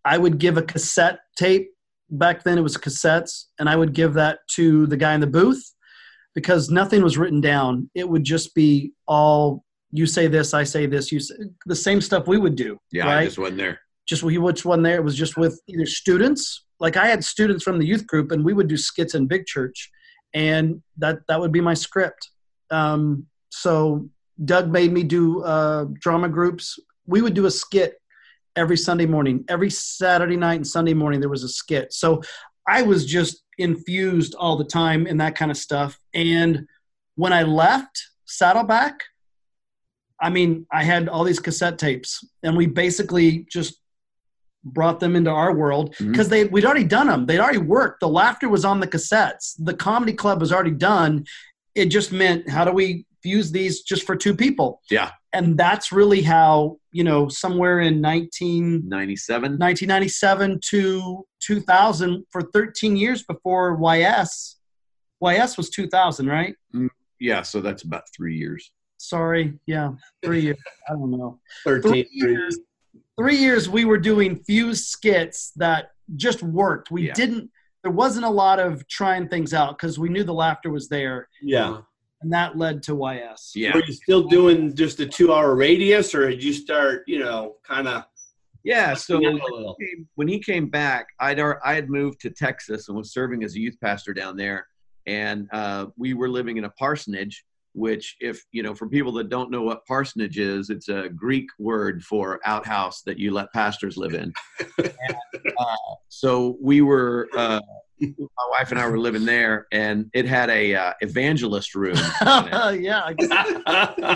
[SPEAKER 7] I would give a cassette tape back then; it was cassettes, and I would give that to the guy in the booth because nothing was written down. It would just be all you say this, I say this, you say the same stuff we would do.
[SPEAKER 2] Yeah,
[SPEAKER 7] right?
[SPEAKER 2] I just wasn't there.
[SPEAKER 7] just we which one there it was just with either students like i had students from the youth group and we would do skits in big church and that that would be my script um, so doug made me do uh, drama groups we would do a skit every sunday morning every saturday night and sunday morning there was a skit so i was just infused all the time in that kind of stuff and when i left saddleback i mean i had all these cassette tapes and we basically just brought them into our world
[SPEAKER 2] Mhm.
[SPEAKER 7] because they we'd already done them. They'd already worked. The laughter was on the cassettes. The comedy club was already done. It just meant how do we fuse these just for two people?
[SPEAKER 2] Yeah.
[SPEAKER 7] And that's really how, you know, somewhere in 19
[SPEAKER 2] 97.
[SPEAKER 7] 1997 to 2000 for 13 years before YS. YS was 2000, right?
[SPEAKER 2] Yeah, so that's about three years.
[SPEAKER 7] Sorry. Yeah. 3 years. I don't know.
[SPEAKER 5] Thirteen.
[SPEAKER 7] three years, three years we were doing fused skits that just worked. We
[SPEAKER 2] Yeah.
[SPEAKER 7] didn't, there wasn't a lot of trying things out because we knew the laughter was there.
[SPEAKER 5] Yeah.
[SPEAKER 7] And that led to YS.
[SPEAKER 2] Yeah.
[SPEAKER 5] Were you still doing just a two-hour radius, or did you start, you know, kind of?
[SPEAKER 2] Yeah, so came- when he came back, I'd ar- I had moved to Texas and was serving as a youth pastor down there, and uh, we were living in a parsonage. Which, if you know, for people that don't know what parsonage is, it's a Greek word for outhouse that you let pastors live in. And, uh, so we were, uh, my wife and I were living there, and it had a uh, evangelist room. in it
[SPEAKER 7] yeah. I guess.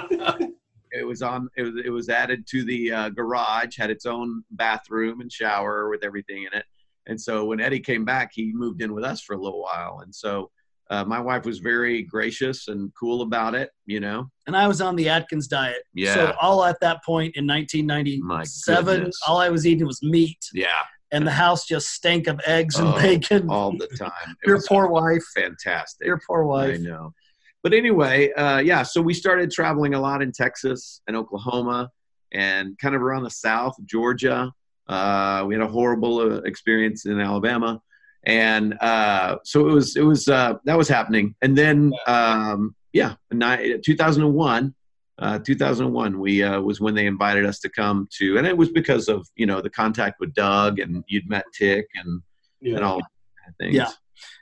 [SPEAKER 2] it was on it was, it was added to the uh, garage had its own bathroom and shower with everything in it and so when eddie came back he moved in with us for a little while and so uh, my wife was very gracious and cool about it you know
[SPEAKER 7] And I was on the Atkins diet.
[SPEAKER 2] Yeah.
[SPEAKER 7] So all at that point in
[SPEAKER 2] My
[SPEAKER 7] 1997,
[SPEAKER 2] goodness.
[SPEAKER 7] all I was eating was meat
[SPEAKER 2] yeah
[SPEAKER 7] and the house just stank of eggs and
[SPEAKER 2] Oh,
[SPEAKER 7] bacon.
[SPEAKER 2] all the time It
[SPEAKER 7] Your
[SPEAKER 2] was
[SPEAKER 7] poor wife.
[SPEAKER 2] fantastic
[SPEAKER 7] Your poor
[SPEAKER 2] I
[SPEAKER 7] wife.
[SPEAKER 2] know. But anyway, uh, yeah, so we started traveling a lot in Texas and Oklahoma and kind of around the South, Georgia. Uh, we had a horrible uh, experience in Alabama. And uh, so it was, it was, uh, that was happening. And then, um, yeah, ni- 2001, uh, 2001 we, uh, was when they invited us to come to, and it was because of, you know, the contact with Doug and you'd met Tick and,
[SPEAKER 5] Yeah.
[SPEAKER 2] and all that kind of things.
[SPEAKER 7] Yeah.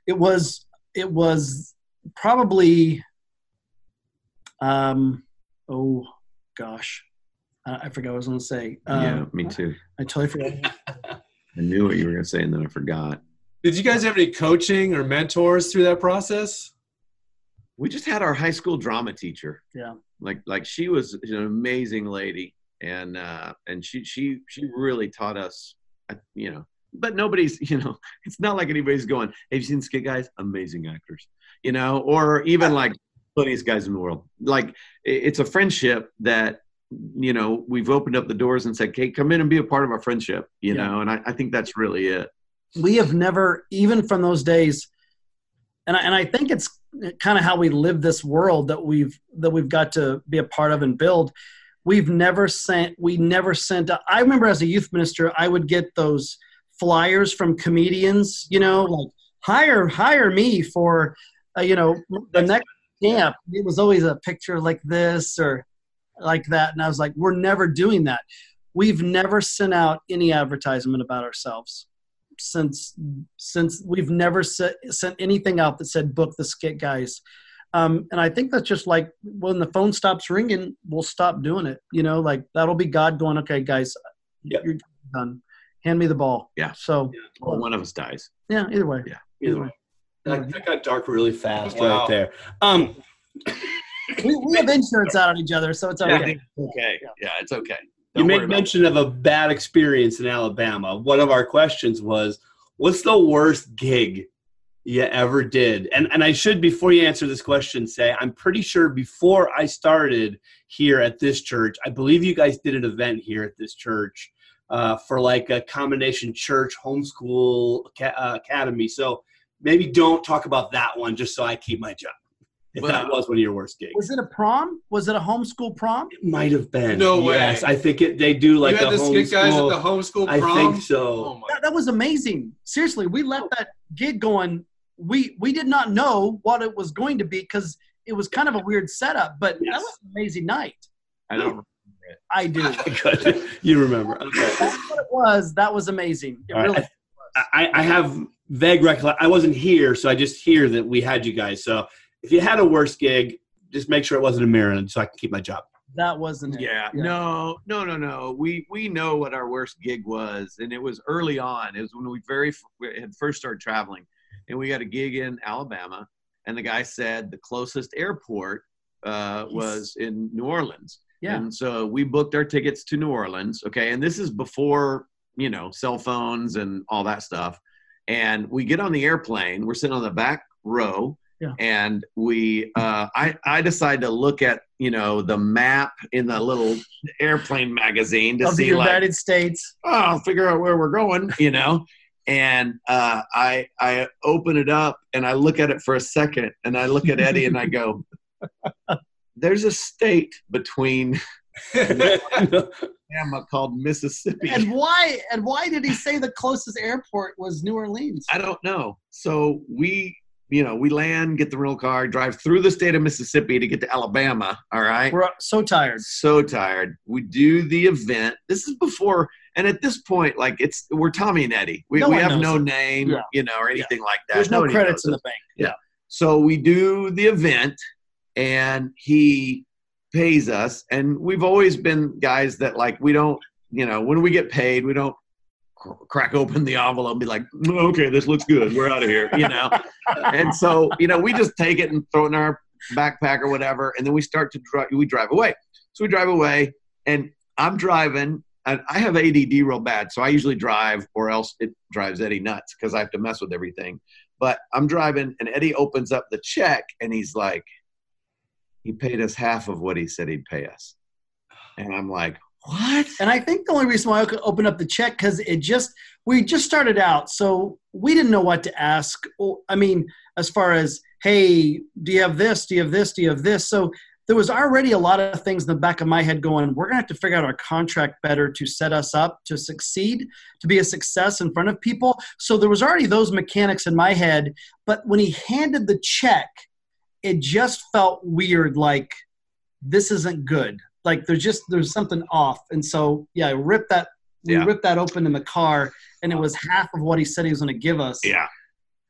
[SPEAKER 7] it was it was probably um oh gosh i, I forgot what i was going to say um,
[SPEAKER 2] yeah, me too.
[SPEAKER 7] i totally forgot
[SPEAKER 2] I knew what you were going to say, and then I forgot.
[SPEAKER 6] Did you guys have any coaching or mentors through that process?
[SPEAKER 2] we just had our high school drama teacher.
[SPEAKER 7] Yeah.
[SPEAKER 2] Like like she was an amazing lady and uh and she she she really taught us uh, you know but nobody's you know it's not like anybody's going have you seen skit guys amazing actors you know or even like funniest guys in the world like i- it's a friendship that you know we've opened up the doors and said okay come in and be a part of our friendship you
[SPEAKER 7] Yeah.
[SPEAKER 2] know and I, I think that's really it
[SPEAKER 7] we have never even from those days and I, and I think it's kind of how we live this world that we've that we've got to be a part of and build we've never sent we never sent i remember as a youth minister i would get those flyers from comedians you know like hire hire me for uh, you know the next camp, it was always a picture like this or like that. And I was like, we're never doing that. We've never sent out any advertisement about ourselves since since we've never se- sent anything out that said book the skit guys um, and i think that's just like when the phone stops ringing we'll stop doing it you know like that'll be god going okay guys
[SPEAKER 5] Yep.
[SPEAKER 7] you're done hand me the ball
[SPEAKER 2] Yeah.
[SPEAKER 7] so
[SPEAKER 2] Well, one of us dies.
[SPEAKER 7] yeah either way
[SPEAKER 5] Either way. That, that got dark really fast
[SPEAKER 6] Wow.
[SPEAKER 5] right there. Um,
[SPEAKER 7] we, we have insurance out on each other so it's okay
[SPEAKER 2] Okay. Yeah, it's okay.
[SPEAKER 5] you
[SPEAKER 2] Don't
[SPEAKER 5] made
[SPEAKER 2] worry about
[SPEAKER 5] mention of a bad experience in Alabama. One of our questions was, "What's the worst gig you ever did?" And and I should before you answer this question say I'm pretty sure before I started here at this church, I believe you guys did an event here at this church uh, for like a combination church homeschool ca- uh, academy. So maybe don't talk about that one just so I keep my job. If that
[SPEAKER 2] Well-
[SPEAKER 5] was one of your worst gigs,
[SPEAKER 7] was it a prom was it a homeschool prom
[SPEAKER 5] it might have been.
[SPEAKER 6] No way.
[SPEAKER 5] Yes, I think it, they do like
[SPEAKER 6] you
[SPEAKER 5] a
[SPEAKER 6] had the skit guys at
[SPEAKER 5] homeschool-
[SPEAKER 6] the homeschool
[SPEAKER 5] I
[SPEAKER 6] prom.
[SPEAKER 5] think so.
[SPEAKER 6] Oh my!
[SPEAKER 7] that, that was amazing. Seriously, we left that gig going. We we did not know what it was going to be because it was kind of a weird setup, but that
[SPEAKER 5] Yes.
[SPEAKER 7] was an amazing night.
[SPEAKER 2] I don't.
[SPEAKER 7] I do.
[SPEAKER 5] Good. You remember. Okay.
[SPEAKER 7] That's what it was. That was amazing. It
[SPEAKER 5] All right.
[SPEAKER 7] really,
[SPEAKER 5] I, I have vague recollection. I wasn't here, so I just hear that we had you guys. So if you had a worse gig, just make sure it wasn't a mirror so I can keep my job.
[SPEAKER 7] that wasn't it.
[SPEAKER 2] Yeah, no, no, no, no. We we know what our worst gig was, and it was early on. It was when we very f- we had first started traveling, and we got a gig in Alabama, and the guy said the closest airport uh, was in New Orleans.
[SPEAKER 7] Yeah.
[SPEAKER 2] and so we booked our tickets to New Orleans. Okay, and this is before you know cell phones and all that stuff. And we get on the airplane. We're sitting on the back row, and we uh, I, I decided to look at you know the map in the little airplane magazine to
[SPEAKER 7] Of the
[SPEAKER 2] see like
[SPEAKER 7] United States.
[SPEAKER 2] oh, I'll figure out where we're going, you know. And uh, I I open it up and I look at it for a second and I look at Eddie and I go, "There's a state between Alabama called Mississippi."
[SPEAKER 7] And why and why did he say the closest airport was New Orleans?
[SPEAKER 2] I don't know. So we you know we land, get the rental car, drive through the state of Mississippi to get to Alabama. All right.
[SPEAKER 7] We're so tired.
[SPEAKER 2] So tired. We do the event. This is before, and at this point, like it's we're Tommy and Eddie. We,
[SPEAKER 7] No
[SPEAKER 2] we
[SPEAKER 7] one
[SPEAKER 2] have
[SPEAKER 7] knows
[SPEAKER 2] no name,
[SPEAKER 7] Yeah.
[SPEAKER 2] you know, or anything like that.
[SPEAKER 7] There's no
[SPEAKER 2] Nobody
[SPEAKER 7] credits
[SPEAKER 2] knows
[SPEAKER 7] in
[SPEAKER 2] us.
[SPEAKER 7] the bank.
[SPEAKER 2] So we do the event, and he pays us. And we've always been guys that like we don't, you know, when we get paid, we don't cr- crack open the envelope and be like, "Mm, okay, this looks good. We're out of here, you know. and so you know, we just take it and throw it in our backpack or whatever, and then we start to drive. We drive away. So we drive away, and I'm driving. And I have ADD real bad, so I usually drive, or else it drives Eddie nuts because I have to mess with everything. But I'm driving, and Eddie opens up the check, and he's like, "He paid us half of what he said he'd pay us," and I'm like, "What?"
[SPEAKER 7] And I think the only reason why I could open up the check because it just we just started out, so we didn't know what to ask. Or I mean, as far as hey, do you have this? Do you have this? Do you have this? So there was already a lot of things in the back of my head going. We're gonna have to figure out our contract better to set us up to succeed, to be a success in front of people. So there was already those mechanics in my head. But when he handed the check, it just felt weird. Like this isn't good like there's just there's something off and so yeah i ripped that we
[SPEAKER 2] Yeah.
[SPEAKER 7] ripped that open in the car and it was half of what he said he was going to give us
[SPEAKER 2] Yeah.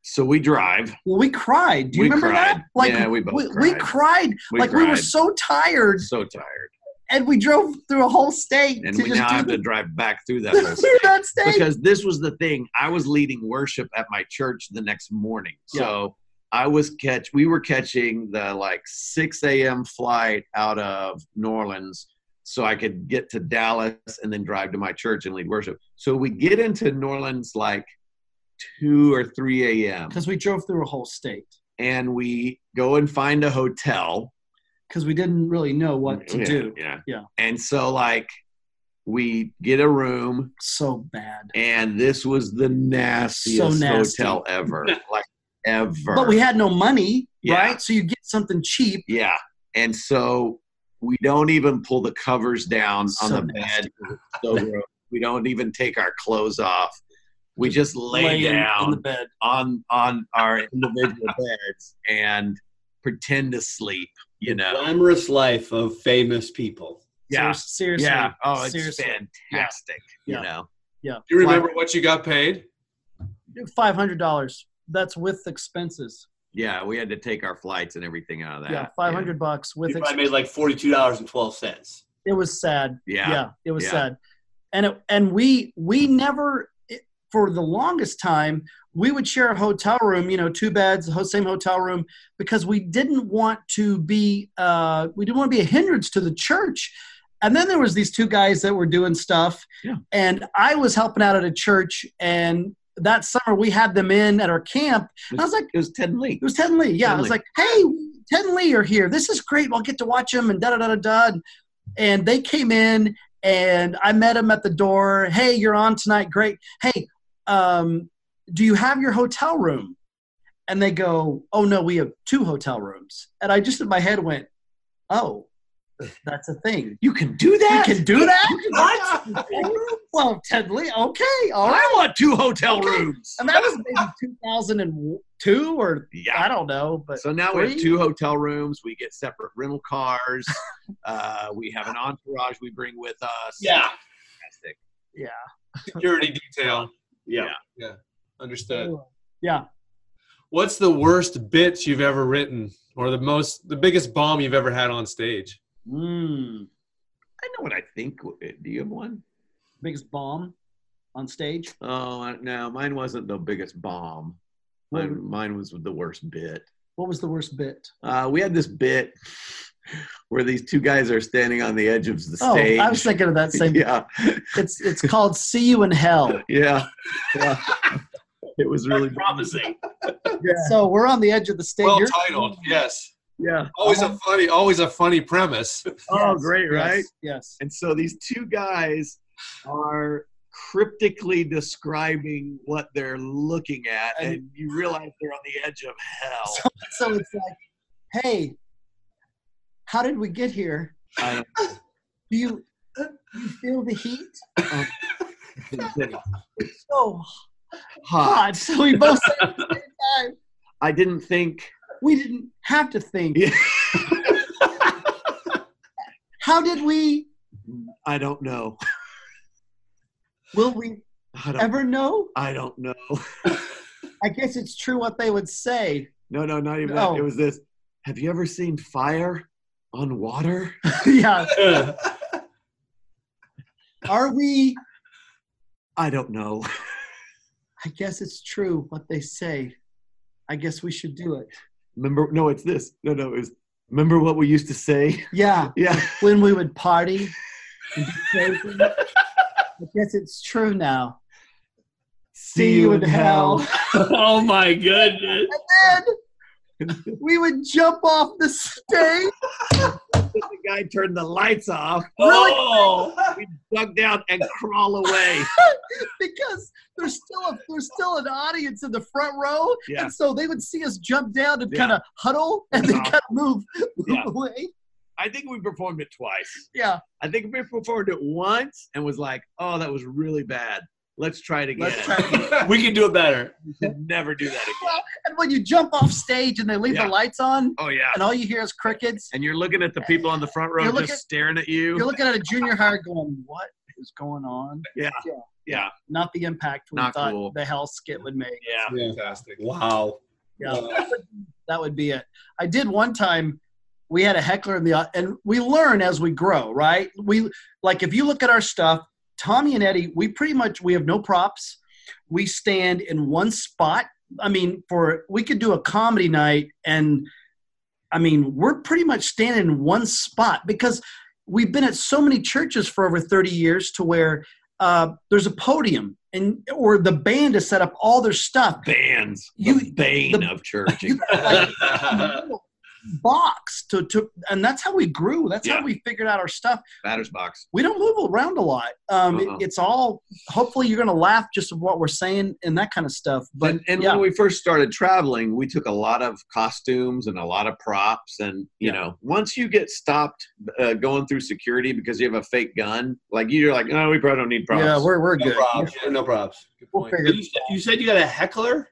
[SPEAKER 2] So we drive.
[SPEAKER 7] well we cried do you
[SPEAKER 2] We
[SPEAKER 7] remember that
[SPEAKER 2] cried.
[SPEAKER 7] like
[SPEAKER 2] Yeah, we both
[SPEAKER 7] we,
[SPEAKER 2] cried.
[SPEAKER 7] cried.
[SPEAKER 2] We
[SPEAKER 7] like we were
[SPEAKER 2] cried.
[SPEAKER 7] so tired
[SPEAKER 2] So tired,
[SPEAKER 7] and we drove through a whole state
[SPEAKER 2] and
[SPEAKER 7] to
[SPEAKER 2] we
[SPEAKER 7] just
[SPEAKER 2] now
[SPEAKER 7] do
[SPEAKER 2] have to
[SPEAKER 7] the-
[SPEAKER 2] drive back through that. whole
[SPEAKER 7] through that state
[SPEAKER 2] because this was the thing i was leading worship at my church the next morning so i was catch we were catching the like 6 a.m flight out of new orleans so i could get to dallas and then drive to my church and lead worship so we get into new orleans like 2 or 3 a.m
[SPEAKER 7] because we drove through a whole state
[SPEAKER 2] and we go and find a hotel
[SPEAKER 7] because we didn't really know what to
[SPEAKER 2] Mm, yeah,
[SPEAKER 7] do
[SPEAKER 2] yeah
[SPEAKER 7] Yeah.
[SPEAKER 2] and so like we get a room
[SPEAKER 7] so bad
[SPEAKER 2] and this was the nastiest
[SPEAKER 7] nasty.
[SPEAKER 2] hotel ever, like ever.
[SPEAKER 7] but we had no money
[SPEAKER 2] Yeah.
[SPEAKER 7] right so you get something cheap
[SPEAKER 2] yeah, and so we don't even pull the covers down
[SPEAKER 7] So
[SPEAKER 2] on the
[SPEAKER 7] nasty.
[SPEAKER 2] bed. So gross. we don't even take our clothes off. We just lay
[SPEAKER 7] laying in
[SPEAKER 2] down
[SPEAKER 7] the bed
[SPEAKER 2] on on our individual beds, and pretend to sleep, you know?
[SPEAKER 5] Glamorous life of famous people.
[SPEAKER 2] Yeah.
[SPEAKER 7] Seriously.
[SPEAKER 2] Yeah. Oh, it's
[SPEAKER 7] Seriously.
[SPEAKER 2] fantastic,
[SPEAKER 7] Yeah.
[SPEAKER 2] you know?
[SPEAKER 6] Do you remember what you got paid?
[SPEAKER 7] Five hundred dollars. That's with expenses.
[SPEAKER 2] Yeah, we had to take our flights and everything out of that.
[SPEAKER 7] yeah, five hundred bucks with
[SPEAKER 5] You probably
[SPEAKER 7] expenses.
[SPEAKER 5] made like forty-two dollars and twelve cents.
[SPEAKER 7] It was sad.
[SPEAKER 2] Yeah.
[SPEAKER 7] Yeah, it was
[SPEAKER 2] Yeah.
[SPEAKER 7] sad. And it, and we we never it- for the longest time we would share a hotel room, you know, two beds, ho- same hotel room, because we didn't want to be uh, we didn't want to be a hindrance to the church. And then there was these two guys that were doing stuff,
[SPEAKER 2] Yeah.
[SPEAKER 7] and I was helping out at a church. And that summer we had them in at our camp. And I was like,
[SPEAKER 2] It was Ted Lee.
[SPEAKER 7] it was Ted Lee. Yeah,
[SPEAKER 2] Ted
[SPEAKER 7] I
[SPEAKER 2] Lee.
[SPEAKER 7] was like, hey, Ted and Lee are here. This is great. I'll get to watch them and da da da da da. And they came in and I met him at the door. Hey, you're on tonight. Great. Hey, um, do you have your hotel room? And they go, oh no, we have two hotel rooms. And I just in my head went, oh, that's a thing.
[SPEAKER 2] You can do
[SPEAKER 7] You
[SPEAKER 2] that?
[SPEAKER 7] can do that?
[SPEAKER 2] What?
[SPEAKER 7] well, Ted Lee, okay, all right.
[SPEAKER 2] Oh, I want two hotel rooms.
[SPEAKER 7] And that was maybe 2002 or
[SPEAKER 2] Yeah.
[SPEAKER 7] I don't know, but
[SPEAKER 2] So now we have
[SPEAKER 7] Three?
[SPEAKER 2] two hotel rooms. We get separate rental cars. uh, we have an entourage we bring with us. Fantastic.
[SPEAKER 6] Security detail.
[SPEAKER 5] yeah.
[SPEAKER 6] Understood.
[SPEAKER 7] yeah.
[SPEAKER 6] What's the worst bit you've ever written, or the most, the biggest bomb you've ever had on stage?
[SPEAKER 7] Mm.
[SPEAKER 2] I know what I think. eh, Do you have one?
[SPEAKER 7] biggest bomb on stage.
[SPEAKER 2] Oh, I- no. Mine wasn't the biggest bomb. Mine,
[SPEAKER 7] Hmm.
[SPEAKER 2] mine was the worst bit.
[SPEAKER 7] What was the worst bit?
[SPEAKER 2] Uh, we had this bit where these two guys are standing on the edge of the
[SPEAKER 7] Oh,
[SPEAKER 2] stage.
[SPEAKER 7] I was thinking of that same.
[SPEAKER 2] yeah.
[SPEAKER 7] It's it's called "See You in Hell."
[SPEAKER 2] Yeah. yeah. it was really
[SPEAKER 5] Promising.
[SPEAKER 7] So we're on the edge of the stage.
[SPEAKER 6] Well
[SPEAKER 7] You're-
[SPEAKER 6] titled. Yes.
[SPEAKER 2] Yeah.
[SPEAKER 6] Always a funny, always a funny premise.
[SPEAKER 2] Oh, great,
[SPEAKER 7] Yes,
[SPEAKER 2] right?
[SPEAKER 7] Yes.
[SPEAKER 2] And so these two guys are cryptically describing what they're looking at, and,
[SPEAKER 7] And-
[SPEAKER 2] you realize they're on the edge of hell.
[SPEAKER 7] So it's like, hey, how did we get here?
[SPEAKER 2] I don't-
[SPEAKER 7] Do you, you feel the heat?
[SPEAKER 2] it's been
[SPEAKER 7] It's so
[SPEAKER 2] hot.
[SPEAKER 7] hot. So we both said at the same time,
[SPEAKER 2] I didn't think.
[SPEAKER 7] we didn't have to think.
[SPEAKER 2] Yeah.
[SPEAKER 7] How did we?
[SPEAKER 2] I don't know.
[SPEAKER 7] Will we
[SPEAKER 2] I don't,
[SPEAKER 7] ever know?
[SPEAKER 2] I don't know.
[SPEAKER 7] I guess it's true what they would say.
[SPEAKER 2] No, no, not even
[SPEAKER 7] No.
[SPEAKER 2] that. It was this. Have you ever seen fire on water?
[SPEAKER 7] yeah.
[SPEAKER 5] Yeah.
[SPEAKER 7] Are we?
[SPEAKER 2] I don't know.
[SPEAKER 7] I guess it's true what they say. I guess we should do it.
[SPEAKER 2] Remember? No, it's this. No, no, it was. Remember what we used to say?
[SPEAKER 7] Yeah,
[SPEAKER 2] Yeah.
[SPEAKER 7] when we would party. and be crazy. I guess it's true now. See you in hell.
[SPEAKER 5] oh my goodness.
[SPEAKER 7] Then we would jump off the stage.
[SPEAKER 2] the guy turned the lights off,
[SPEAKER 7] Really?
[SPEAKER 5] Oh.
[SPEAKER 2] duck down, and crawl away.
[SPEAKER 7] because there's still a, there's still an audience in the front row,
[SPEAKER 2] Yeah.
[SPEAKER 7] and so they would see us jump down and
[SPEAKER 2] Yeah.
[SPEAKER 7] kind of huddle and then
[SPEAKER 2] Yeah.
[SPEAKER 7] kind of move, move
[SPEAKER 2] Yeah.
[SPEAKER 7] away.
[SPEAKER 2] I think we performed it twice.
[SPEAKER 7] Yeah,
[SPEAKER 2] I think we performed it once and was like, "Oh, that was really bad. Let's try it again."
[SPEAKER 7] Let's try it again.
[SPEAKER 5] we can do it better.
[SPEAKER 2] We should never do that again.
[SPEAKER 7] Well, and when you jump off stage and they leave
[SPEAKER 2] Yeah.
[SPEAKER 7] the lights on,
[SPEAKER 2] Oh yeah.
[SPEAKER 7] and all you hear is crickets,
[SPEAKER 2] And you're looking at the people on the front row
[SPEAKER 7] You're
[SPEAKER 2] just
[SPEAKER 7] looking-
[SPEAKER 2] staring at you.
[SPEAKER 7] You're looking at a junior hire going, what is going on?
[SPEAKER 2] Yeah.
[SPEAKER 7] Yeah.
[SPEAKER 2] Yeah.
[SPEAKER 7] Not the impact we
[SPEAKER 2] Not
[SPEAKER 7] thought
[SPEAKER 2] cool.
[SPEAKER 7] the hell skit would make.
[SPEAKER 2] yeah.
[SPEAKER 6] Fantastic.
[SPEAKER 5] Wow.
[SPEAKER 7] Yeah.
[SPEAKER 6] Uh,
[SPEAKER 7] that would be it. I did one time. We had a heckler in the au- and we learn as we grow, right? We like if you look at our stuff, Tommy and Eddie, we pretty much we have no props. We stand in one spot. I mean, for we could do a comedy night and I mean, we're pretty much standing in one spot because we've been at so many churches for over 30 years to where uh, there's a podium and or the band has set up all their stuff
[SPEAKER 2] Bands. the
[SPEAKER 7] You-
[SPEAKER 2] bane
[SPEAKER 7] the-
[SPEAKER 2] of church.
[SPEAKER 7] you got like box to, to and that's how we grew that's
[SPEAKER 2] Yeah.
[SPEAKER 7] how we figured out our stuff
[SPEAKER 2] Batter's box.
[SPEAKER 7] we don't move around a lot um it-
[SPEAKER 2] Uh-uh.
[SPEAKER 7] it's all hopefully you're gonna laugh just of what we're saying and that kind of stuff but
[SPEAKER 2] and, and
[SPEAKER 7] yeah
[SPEAKER 2] when we first started traveling we took a lot of costumes and a lot of props and you
[SPEAKER 7] Yeah.
[SPEAKER 2] know once you get stopped uh, going through security because you have a fake gun like you're like no we probably don't need props
[SPEAKER 7] yeah we're, we're
[SPEAKER 5] No
[SPEAKER 7] good
[SPEAKER 5] props. No props.
[SPEAKER 6] Good
[SPEAKER 7] We'll
[SPEAKER 6] point.
[SPEAKER 7] figure-
[SPEAKER 5] You, said- you said you got a heckler?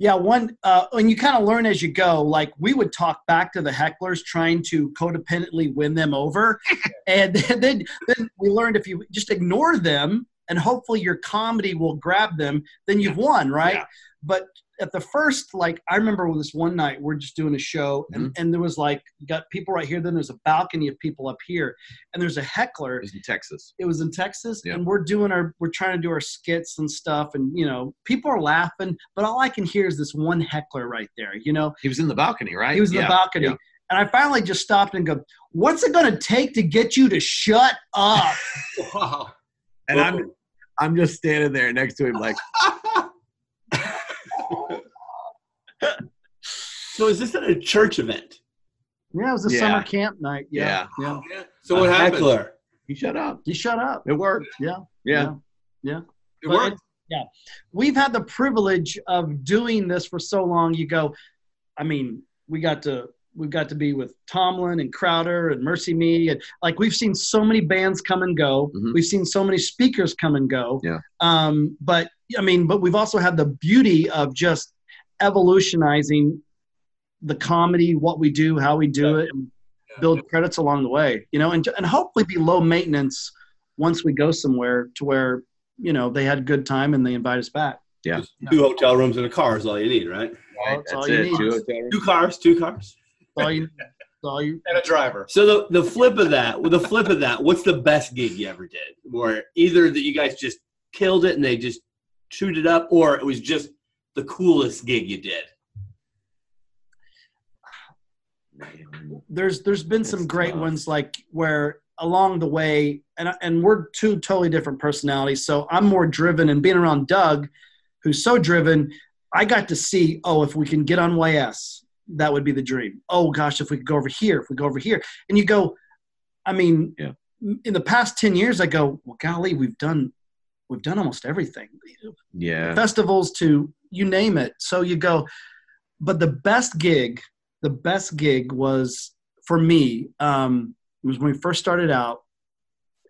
[SPEAKER 7] Yeah, one, uh, and you kind of learn as you go. Like we would talk back to the hecklers, trying to codependently win them over, and then then we learned if you just ignore them, and hopefully your comedy will grab them, then you've won, right?
[SPEAKER 2] Yeah.
[SPEAKER 7] But at the first, like I remember when this one night we're just doing a show, and,
[SPEAKER 2] Mm-hmm.
[SPEAKER 7] and there was like you got people right here, then there's a balcony of people up here, and there's a heckler,
[SPEAKER 2] It was in Texas.
[SPEAKER 7] it was in Texas,
[SPEAKER 2] Yeah.
[SPEAKER 7] and we're doing our we're trying to do our skits and stuff, and you know people are laughing, but all I can hear is this one heckler right there. You know,
[SPEAKER 2] He was in the balcony, right?
[SPEAKER 7] he was in
[SPEAKER 2] yeah.
[SPEAKER 7] the balcony,
[SPEAKER 2] yeah.
[SPEAKER 7] and I finally just stopped and go, "What's it going to take to get you to shut up?"
[SPEAKER 5] Wow.
[SPEAKER 2] And I'm I'm just standing there next to him like,
[SPEAKER 5] so is this at a church event?
[SPEAKER 7] yeah, it was a
[SPEAKER 2] Yeah.
[SPEAKER 7] summer camp night. Yeah, yeah.
[SPEAKER 6] Yeah. So what
[SPEAKER 5] a
[SPEAKER 6] happened?
[SPEAKER 5] Heckler.
[SPEAKER 2] he shut up.
[SPEAKER 7] You shut up.
[SPEAKER 2] It worked.
[SPEAKER 7] Yeah.
[SPEAKER 2] Yeah.
[SPEAKER 6] It
[SPEAKER 7] But
[SPEAKER 6] worked.
[SPEAKER 7] it's- yeah. We've had the privilege of doing this for so long. You go, I mean, we got to we've got to be with Tomlin and Crowder and Mercy Me and like we've seen so many bands come and go.
[SPEAKER 6] Mm-hmm.
[SPEAKER 2] Mhm.
[SPEAKER 7] We've seen so many speakers come and go.
[SPEAKER 2] Yeah.
[SPEAKER 7] Um, but I mean, but we've also had the beauty of just evolutionizing the comedy, what we do, how we do it, and build credits along the way, you know, and, and hopefully be low maintenance once we go somewhere to where, you know, they had a good time and they invite us back.
[SPEAKER 5] Two hotel rooms and a car is all you need, right?
[SPEAKER 2] Right,
[SPEAKER 7] that's all you need.
[SPEAKER 2] Two
[SPEAKER 7] That's
[SPEAKER 2] hotel rooms.
[SPEAKER 5] Two cars, two cars.
[SPEAKER 7] all you, that's all you,
[SPEAKER 6] And a driver.
[SPEAKER 5] So the, the flip of that, the flip of that, what's the best gig you ever did? Where either that you guys just killed it and they just chewed it up, or it was just the coolest gig you did.
[SPEAKER 7] there's there's been some
[SPEAKER 2] That's
[SPEAKER 7] great
[SPEAKER 2] tough.
[SPEAKER 7] ones like where along the way and and we're two totally different personalities so i'm more driven and being around doug who's so driven i got to see oh if we can get on ys that would be the dream oh gosh if we could go over here if we go over here and you go i mean
[SPEAKER 2] Yeah.
[SPEAKER 7] in the past 10 years i go well golly we've done we've done almost everything
[SPEAKER 2] Yeah.
[SPEAKER 7] festivals to you name it. So you go, but the best gig, the best gig was for me um, was when we first started out,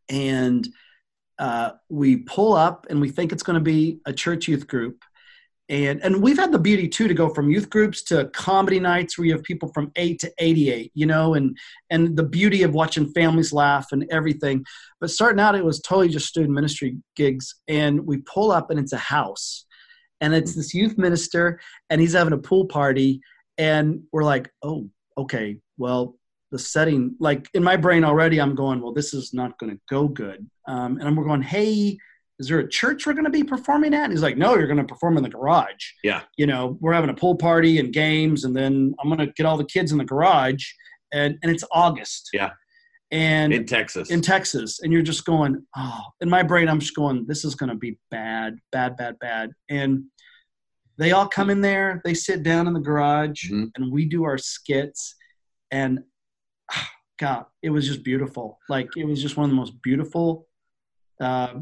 [SPEAKER 7] and uh, we pull up and we think it's going to be a church youth group. And, and we've had the beauty too to go from youth groups to comedy nights where you have people from 8 to 88 you know and and the beauty of watching families laugh and everything but starting out it was totally just student ministry gigs and we pull up and it's a house and it's this youth minister and he's having a pool party and we're like oh okay well the setting like in my brain already i'm going well this is not going to go good um, and we're going hey is there a church we're going to be performing at and he's like no you're going to perform in the garage
[SPEAKER 2] Yeah.
[SPEAKER 7] you know we're having a pool party and games and then i'm going to get all the kids in the garage and and it's august
[SPEAKER 2] Yeah.
[SPEAKER 7] and
[SPEAKER 2] in Texas.
[SPEAKER 7] in Texas, and you're just going, oh, in my brain, I'm just going, this is going to be bad, bad, bad, bad. And they all come in there, they sit down in the garage,
[SPEAKER 2] Mhm.
[SPEAKER 7] and we do our skits. And ah, God, it was just beautiful. Like, it was just one of the most beautiful uh,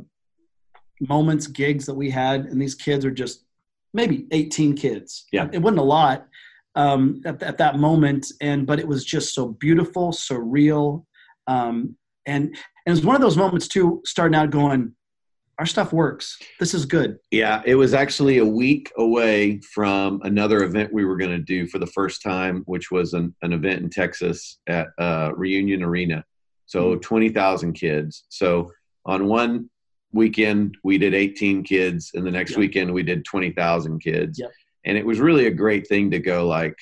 [SPEAKER 7] moments, gigs that we had. And these kids are just maybe 18 kids.
[SPEAKER 2] Yeah.
[SPEAKER 7] It wasn't a lot. Um, at, at that moment, and but it was just so beautiful, surreal, um, and and it was one of those moments too, starting out going, our stuff works. This is good.
[SPEAKER 2] Yeah, it was actually a week away from another event we were going to do for the first time, which was an, an event in Texas at uh, Reunion Arena. So
[SPEAKER 7] Mm.
[SPEAKER 2] 20,000 kids. So on one weekend, we did 18 kids, and the next
[SPEAKER 7] Yeah.
[SPEAKER 2] weekend, we did 20,000 kids.
[SPEAKER 7] Yep.
[SPEAKER 2] And it was really a great thing to go like,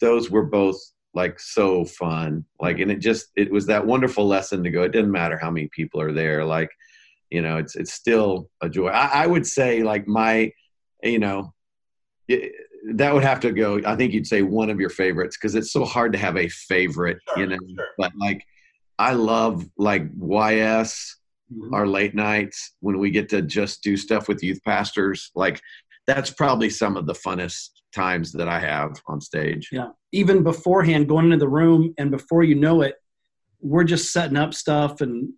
[SPEAKER 2] those were both like so fun. Like, and it just, it was that wonderful lesson to go, it doesn't matter how many people are there. Like, you know, it's it's still a joy. I, I would say like my, you know, it, that would have to go. I think you'd say one of your favorites because it's so hard to have a favorite, you
[SPEAKER 5] Sure,
[SPEAKER 2] know.
[SPEAKER 5] sure.
[SPEAKER 2] But like, I love like YS our late nights when we get to just do stuff with youth pastors. Like, that's probably some of the funnest times that I have on stage.
[SPEAKER 7] Yeah. Even beforehand, going into the room, and before you know it, we're just setting up stuff, and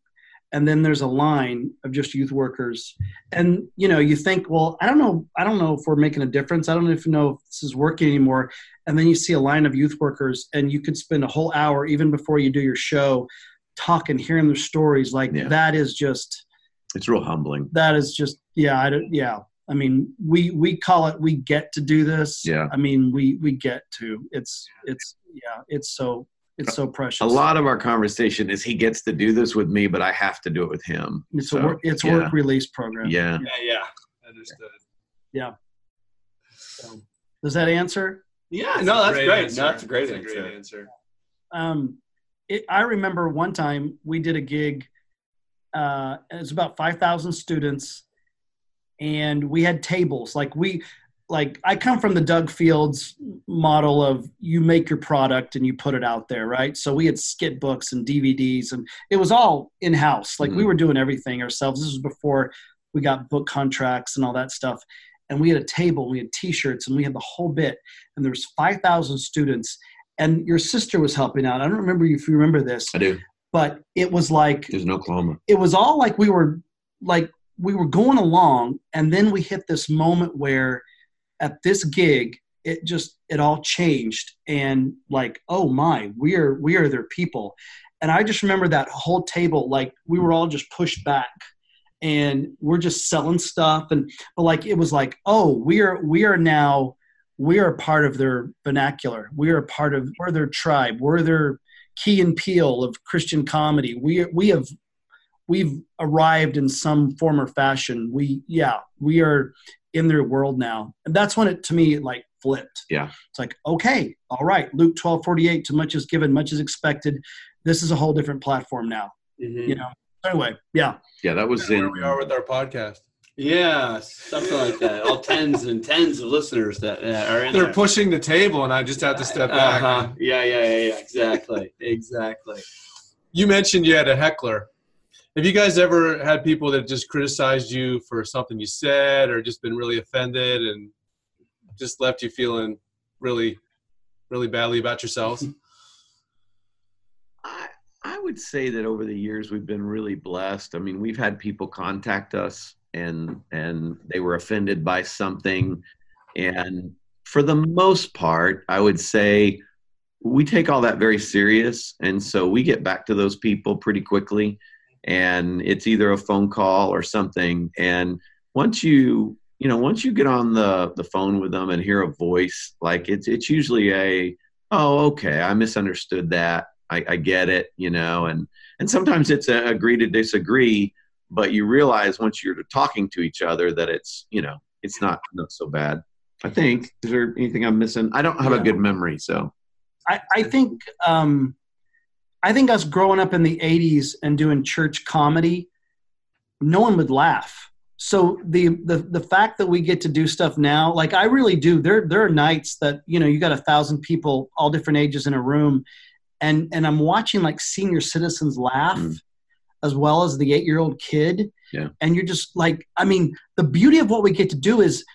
[SPEAKER 7] and then there's a line of just youth workers, and you know, you think, well, I don't know, I don't know if we're making a difference. I don't even know if this is working anymore. And then you see a line of youth workers, and you could spend a whole hour, even before you do your show, talking, hearing their stories. Like
[SPEAKER 2] Yeah.
[SPEAKER 7] that is just.
[SPEAKER 2] It's real humbling.
[SPEAKER 7] that is just yeah i don't yeah I mean, we we call it we get to do this.
[SPEAKER 2] Yeah.
[SPEAKER 7] I mean, we we get to. It's it's yeah. It's so it's so precious.
[SPEAKER 2] A lot of our conversation is he gets to do this with me, but I have to do it with him.
[SPEAKER 7] It's
[SPEAKER 2] So,
[SPEAKER 7] a work, it's
[SPEAKER 2] yeah.
[SPEAKER 7] work release program.
[SPEAKER 2] Yeah.
[SPEAKER 5] Yeah, yeah.
[SPEAKER 6] Understood.
[SPEAKER 7] So, does that answer?
[SPEAKER 5] Yeah, no, that's great.
[SPEAKER 6] answer.
[SPEAKER 5] No, that's a great
[SPEAKER 6] That's
[SPEAKER 5] answer.
[SPEAKER 6] a great answer.
[SPEAKER 7] um, it, I remember one time we did a gig. Uh, it was about five thousand students, and we had tables. Like we, like I come from the Doug Fields model of you make your product and you put it out there, right? So we had skit books and DVDs, and it was all in house. Like we
[SPEAKER 2] Mhm.
[SPEAKER 7] were doing everything ourselves. This was before we got book contracts and all that stuff. And we had a table, we had T-shirts, and we had the whole bit. And there was five thousand students, and your sister was helping out. I don't remember if you remember this,
[SPEAKER 2] I do.
[SPEAKER 7] but it was like
[SPEAKER 2] There's an Oklahoma.
[SPEAKER 7] it was all like we were like we were going along, and then we hit this moment where at this gig it just it all changed, and like oh my, we're we are their people, and I just remember that whole table like we were all just pushed back. And we're just selling stuff, and but like it was like, oh, we are we are now we are part of their vernacular. We are part of we're their tribe. We're their key and peel of Christian comedy. We we have we've arrived in some form or fashion. We yeah we are in their world now, and that's when it to me like flipped.
[SPEAKER 2] Yeah.
[SPEAKER 7] it's like okay, all right. Luke twelve forty eight. To much is given, much is expected. This is a whole different platform now.
[SPEAKER 5] Mhm.
[SPEAKER 7] You know. Anyway, yeah,
[SPEAKER 2] Yeah, that was in.
[SPEAKER 6] Where we are with our podcast.
[SPEAKER 5] Yeah, something like that. All tens and tens of listeners that uh, are in
[SPEAKER 6] They're
[SPEAKER 5] there.
[SPEAKER 6] pushing the table, and I just have to step back.
[SPEAKER 5] Uh-huh. Yeah, yeah, yeah, yeah. Exactly, exactly.
[SPEAKER 6] You mentioned you had a heckler. Have you guys ever had people that just criticized you for something you said, or just been really offended and just left you feeling really, really badly about yourselves?
[SPEAKER 2] I, I would say that over the years we've been really blessed. I mean, we've had people contact us and and they were offended by something and for the most part, I would say we take all that very serious and so we get back to those people pretty quickly and it's either a phone call or something and once you you know once you get on the the phone with them and hear a voice like it's it's usually a oh okay i misunderstood that I, I get it, you know, and and sometimes it's a agree to disagree, but you realize once you're talking to each other that it's you know it's not not so bad. I think is there anything I'm missing? I don't have a good memory, so
[SPEAKER 7] I, I think um, I think us growing up in the '80s and doing church comedy, no one would laugh. So the, the the fact that we get to do stuff now, like I really do. There there are nights that you know you got a thousand people, all different ages, in a room, and and I'm watching like senior citizens laugh,
[SPEAKER 2] Mm.
[SPEAKER 7] as well as the eight year old kid.
[SPEAKER 2] Yeah.
[SPEAKER 7] And you're just like, I mean, the beauty of what we get to do is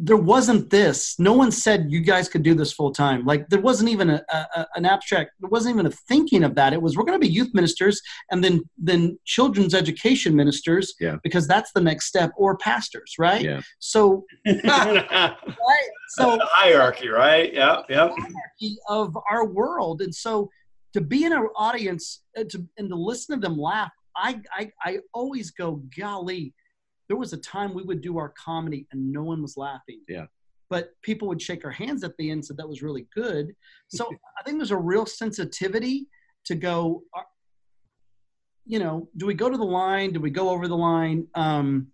[SPEAKER 7] there wasn't this. No one said you guys could do this full time. Like there wasn't even a, a, a- an abstract. There wasn't even a thinking of that. It was we're going to be youth ministers and then then children's education ministers
[SPEAKER 2] Yeah.
[SPEAKER 7] because that's the next step or pastors, right?
[SPEAKER 2] Yeah.
[SPEAKER 7] So
[SPEAKER 5] The
[SPEAKER 7] right? so
[SPEAKER 5] hierarchy, right? Yep, yep.
[SPEAKER 7] hierarchy of our world, and so to be in our audience uh, to, and to listen to them laugh, I, I I always go, golly, there was a time we would do our comedy and no one was laughing.
[SPEAKER 2] Yeah.
[SPEAKER 7] But people would shake our hands at the end, said that was really good. So I think there's a real sensitivity to go. uh, You know, do we go to the line? Do we go over the line? Um,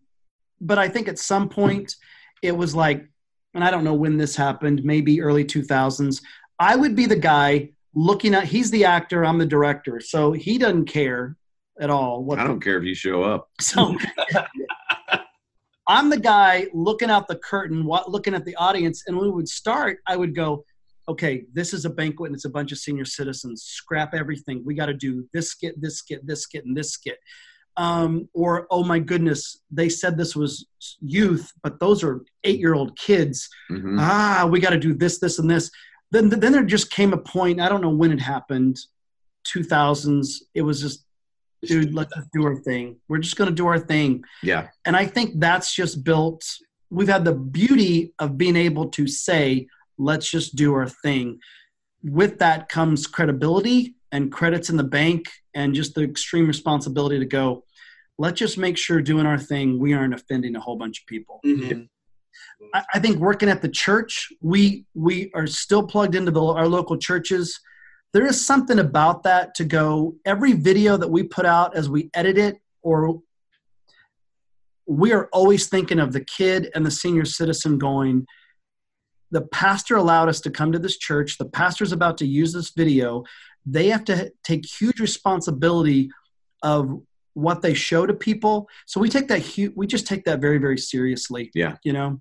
[SPEAKER 7] but I think at some point it was like, and I don't know when this happened, maybe early 2000s. I would be the guy looking at, he's the actor, I'm the director. So he doesn't care at all what
[SPEAKER 2] I
[SPEAKER 7] the
[SPEAKER 2] don't care if you show up.
[SPEAKER 7] so I'm the guy looking out the curtain, wa- looking at the audience, and when we would start, I would go, "Okay, this is a banquet, and it's a bunch of senior citizens. Scrap everything. We got to do this skit, this skit, this skit, and this skit." Um, or, "Oh my goodness, they said this was youth, but those are eight-year-old kids.
[SPEAKER 2] Mhm.
[SPEAKER 7] Ah, we got to do this, this, and this." Then, then there just came a point. I don't know when it happened. 2000s. It was just dude, let's just do our thing. We're just going to do our thing.
[SPEAKER 2] Yeah,
[SPEAKER 7] And I think that's just built. We've had the beauty of being able to say, let's just do our thing. With that comes credibility and credits in the bank and just the extreme responsibility to go, let's just make sure doing our thing, we aren't offending a whole bunch of people.
[SPEAKER 5] Mhm.
[SPEAKER 7] I, I think working at the church, we we are still plugged into the, our local churches. There is something about that to go. Every video that we put out, as we edit it, or we are always thinking of the kid and the senior citizen going. The pastor allowed us to come to this church. The pastor's about to use this video. They have to take huge responsibility of what they show to people. So we take that hu- we just take that very very seriously.
[SPEAKER 2] Yeah.
[SPEAKER 7] You know.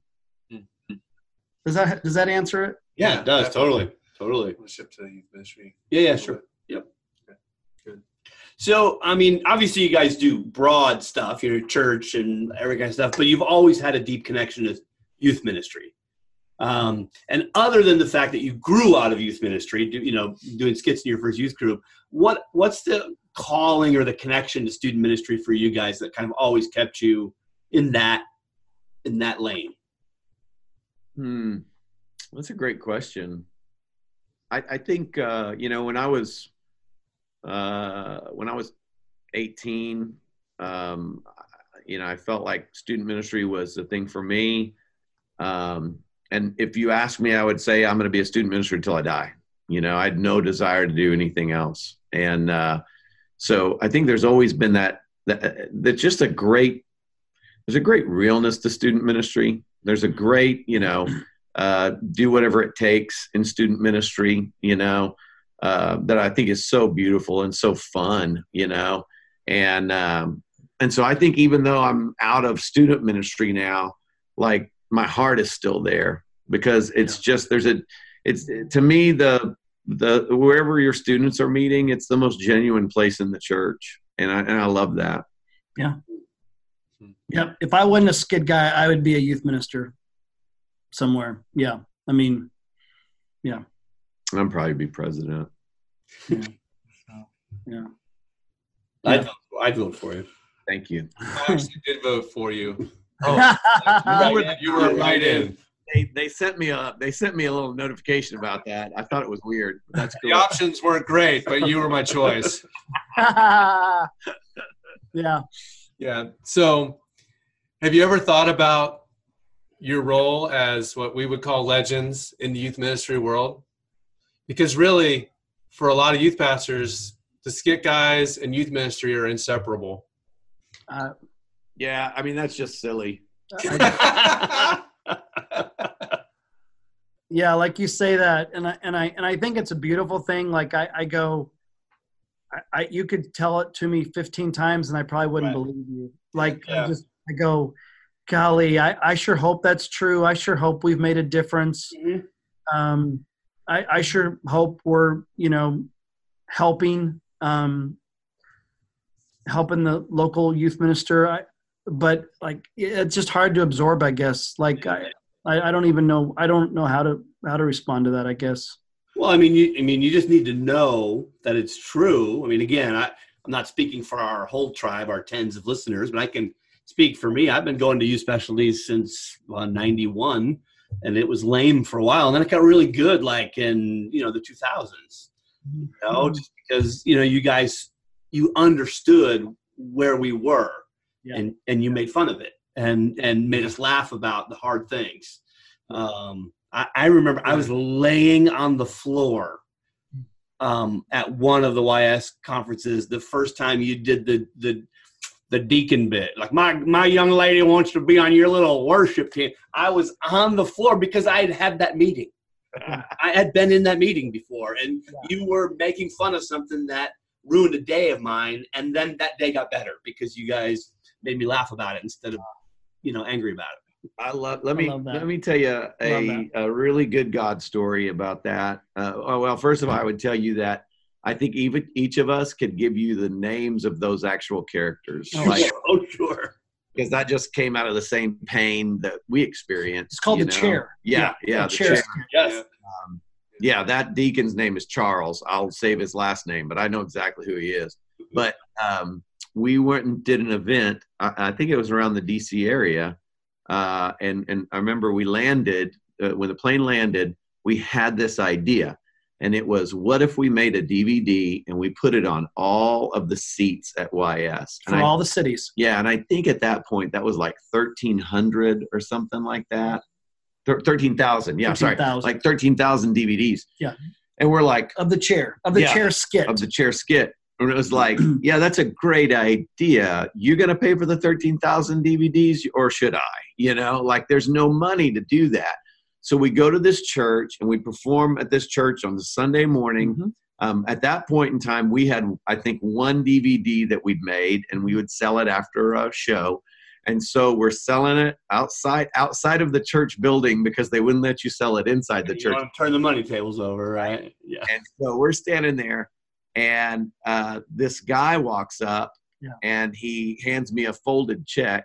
[SPEAKER 7] Does that does that answer it?
[SPEAKER 5] Yeah, it does. Totally. Totally.
[SPEAKER 6] Ship to the youth ministry.
[SPEAKER 5] Yeah, yeah, sure. Yep. Good. So, I mean, obviously, you guys do broad stuff, your church and every kind of stuff, but you've always had a deep connection to youth ministry. Um, and other than the fact that you grew out of youth ministry, do, you know, doing skits in your first youth group, what what's the calling or the connection to student ministry for you guys that kind of always kept you in that in that lane?
[SPEAKER 2] Hmm. That's a great question. I, I think uh, you know when I was uh, when I was 18, um, I- you know I felt like student ministry was the thing for me. Um, and if you ask me, I would say I'm going to be a student minister until I die. You know, I had no desire to do anything else. And uh, so I think there's always been that that that's just a great there's a great realness to student ministry. There's a great, you know, uh, do whatever it takes in student ministry, you know, uh, that I think is so beautiful and so fun, you know, and um, and so I think even though I'm out of student ministry now, like my heart is still there because it's just there's a it's to me the the wherever your students are meeting, it's the most genuine place in the church, and I and I love that.
[SPEAKER 7] Yep. If I wasn't a skid guy, I would be a youth minister somewhere. Yeah. I mean,
[SPEAKER 2] I'm probably be president.
[SPEAKER 7] yeah.
[SPEAKER 5] I'd, I'd vote for you.
[SPEAKER 2] Thank you.
[SPEAKER 6] I actually did vote for you.
[SPEAKER 5] Right
[SPEAKER 6] Oh, You were,
[SPEAKER 5] in.
[SPEAKER 6] you were right in.
[SPEAKER 2] they they sent me a they sent me a little notification about that. I thought it was weird. but That's
[SPEAKER 6] The
[SPEAKER 2] cool.
[SPEAKER 6] options weren't great, but you were my choice.
[SPEAKER 7] yeah.
[SPEAKER 6] Yeah. So, have you ever thought about your role as what we would call legends in the youth ministry world? Because really, for a lot of youth pastors, the skit guys and youth ministry are inseparable.
[SPEAKER 2] Yeah, I mean that's just silly.
[SPEAKER 7] I- yeah. Like you say that. And I, and I, and I think it's a beautiful thing. Like I, I go, I, I, you could tell it to me 15 times and I probably wouldn't
[SPEAKER 5] Right.
[SPEAKER 7] believe you. Like
[SPEAKER 6] Yeah.
[SPEAKER 7] I just, I go, golly, I, I sure hope that's true. I sure hope we've made a difference.
[SPEAKER 5] Mhm.
[SPEAKER 7] um, I, I sure hope we're you know helping um, helping the local youth minister. I, but like it's just hard to absorb, I guess. Like I, I, I don't even know I don't know how to how to respond to that. I guess.
[SPEAKER 5] Well, I mean, you, I mean, you just need to know that it's true. I mean, again, I, I'm not speaking for our whole tribe, our tens of listeners, but I can speak for me. I've been going to youth specialties since uh, '91, and it was lame for a while, and then it got really good, like in you know the 2000s. You know,
[SPEAKER 7] Mm-hmm.
[SPEAKER 5] just because you know you guys you understood where we were,
[SPEAKER 7] Yeah.
[SPEAKER 5] and and you made fun of it, and and made us laugh about the hard things. Um, I, I remember I was laying on the floor um, at one of the YS conferences the first time you did the the the deacon bit. Like my my young lady wants to be on your little worship team. I was on the floor because I had had that meeting. I had been in that meeting before, and you were making fun of something that ruined a day of mine, and then that day got better because you guys made me laugh about it instead of you know angry about it.
[SPEAKER 2] I love. Let
[SPEAKER 7] I
[SPEAKER 2] me
[SPEAKER 7] love that.
[SPEAKER 2] let me tell you a,
[SPEAKER 7] that.
[SPEAKER 2] a really good God story about that. Uh, oh, well, first of all, I would tell you that I think even each of us could give you the names of those actual characters, like
[SPEAKER 5] oh sure.
[SPEAKER 2] because that just came out of the same pain that we experienced.
[SPEAKER 7] It's called
[SPEAKER 2] you
[SPEAKER 7] the
[SPEAKER 2] know?
[SPEAKER 7] chair.
[SPEAKER 2] Yeah, yeah,
[SPEAKER 7] the
[SPEAKER 2] the
[SPEAKER 7] chair.
[SPEAKER 2] chair.
[SPEAKER 5] Yes.
[SPEAKER 2] yeah, that deacon's name is Charles. I'll save his last name, but I know exactly who he is. But um, we went and did an event. I, I think it was around the D.C. area, uh, and and I remember we landed uh, when the plane landed. We had this idea, and it was what if we made a DVD and we put it on all of the seats at YS? And
[SPEAKER 7] for
[SPEAKER 2] I-
[SPEAKER 7] all the cities.
[SPEAKER 2] yeah, and I think at that point that was like thirteen hundred or something like that. Thir- Thirteen thousand. Yeah, I'm sorry,
[SPEAKER 7] 13,000.
[SPEAKER 2] like thirteen thousand DVDs.
[SPEAKER 7] Yeah.
[SPEAKER 2] and we're like
[SPEAKER 7] Of the chair, of the
[SPEAKER 2] Yeah.
[SPEAKER 7] chair skit.
[SPEAKER 2] of the chair skit, and it was like, yeah, that's a great idea. You're gonna pay for the thirteen thousand DVDs, or should I? You know, like there's no money to do that. So we go to this church and we perform at this church on the Sunday morning.
[SPEAKER 7] Mhm.
[SPEAKER 2] Um, at that point in time, we had, I think, one DVD that we'd made, and we would sell it after a show. And so we're selling it outside outside of the church building because they wouldn't let you sell it inside the
[SPEAKER 5] You
[SPEAKER 2] church.
[SPEAKER 5] wanna turn the money tables over, right? Yeah.
[SPEAKER 2] And so we're standing there, and uh, this guy walks up
[SPEAKER 7] Yeah.
[SPEAKER 2] and he hands me a folded check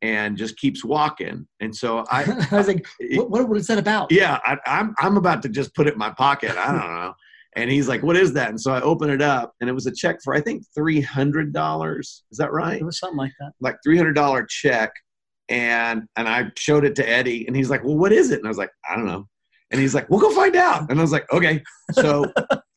[SPEAKER 2] and just keeps walking. And so I,
[SPEAKER 7] Mm-hmm. I, was like, what, what, what is that about?
[SPEAKER 2] yeah, I, I'm, I'm about to just put it in my pocket. I don't know. And he's like, what is that? And so I open it up, and it was a check for, I think, $300. Is that right?
[SPEAKER 7] It was something like that.
[SPEAKER 2] like three hundred dollar check, and and I showed it to Eddie, and he's like, "Well, what is it?" And I was like, "I don't know," and he's like, "We'll go find out." And I was like, "Okay." So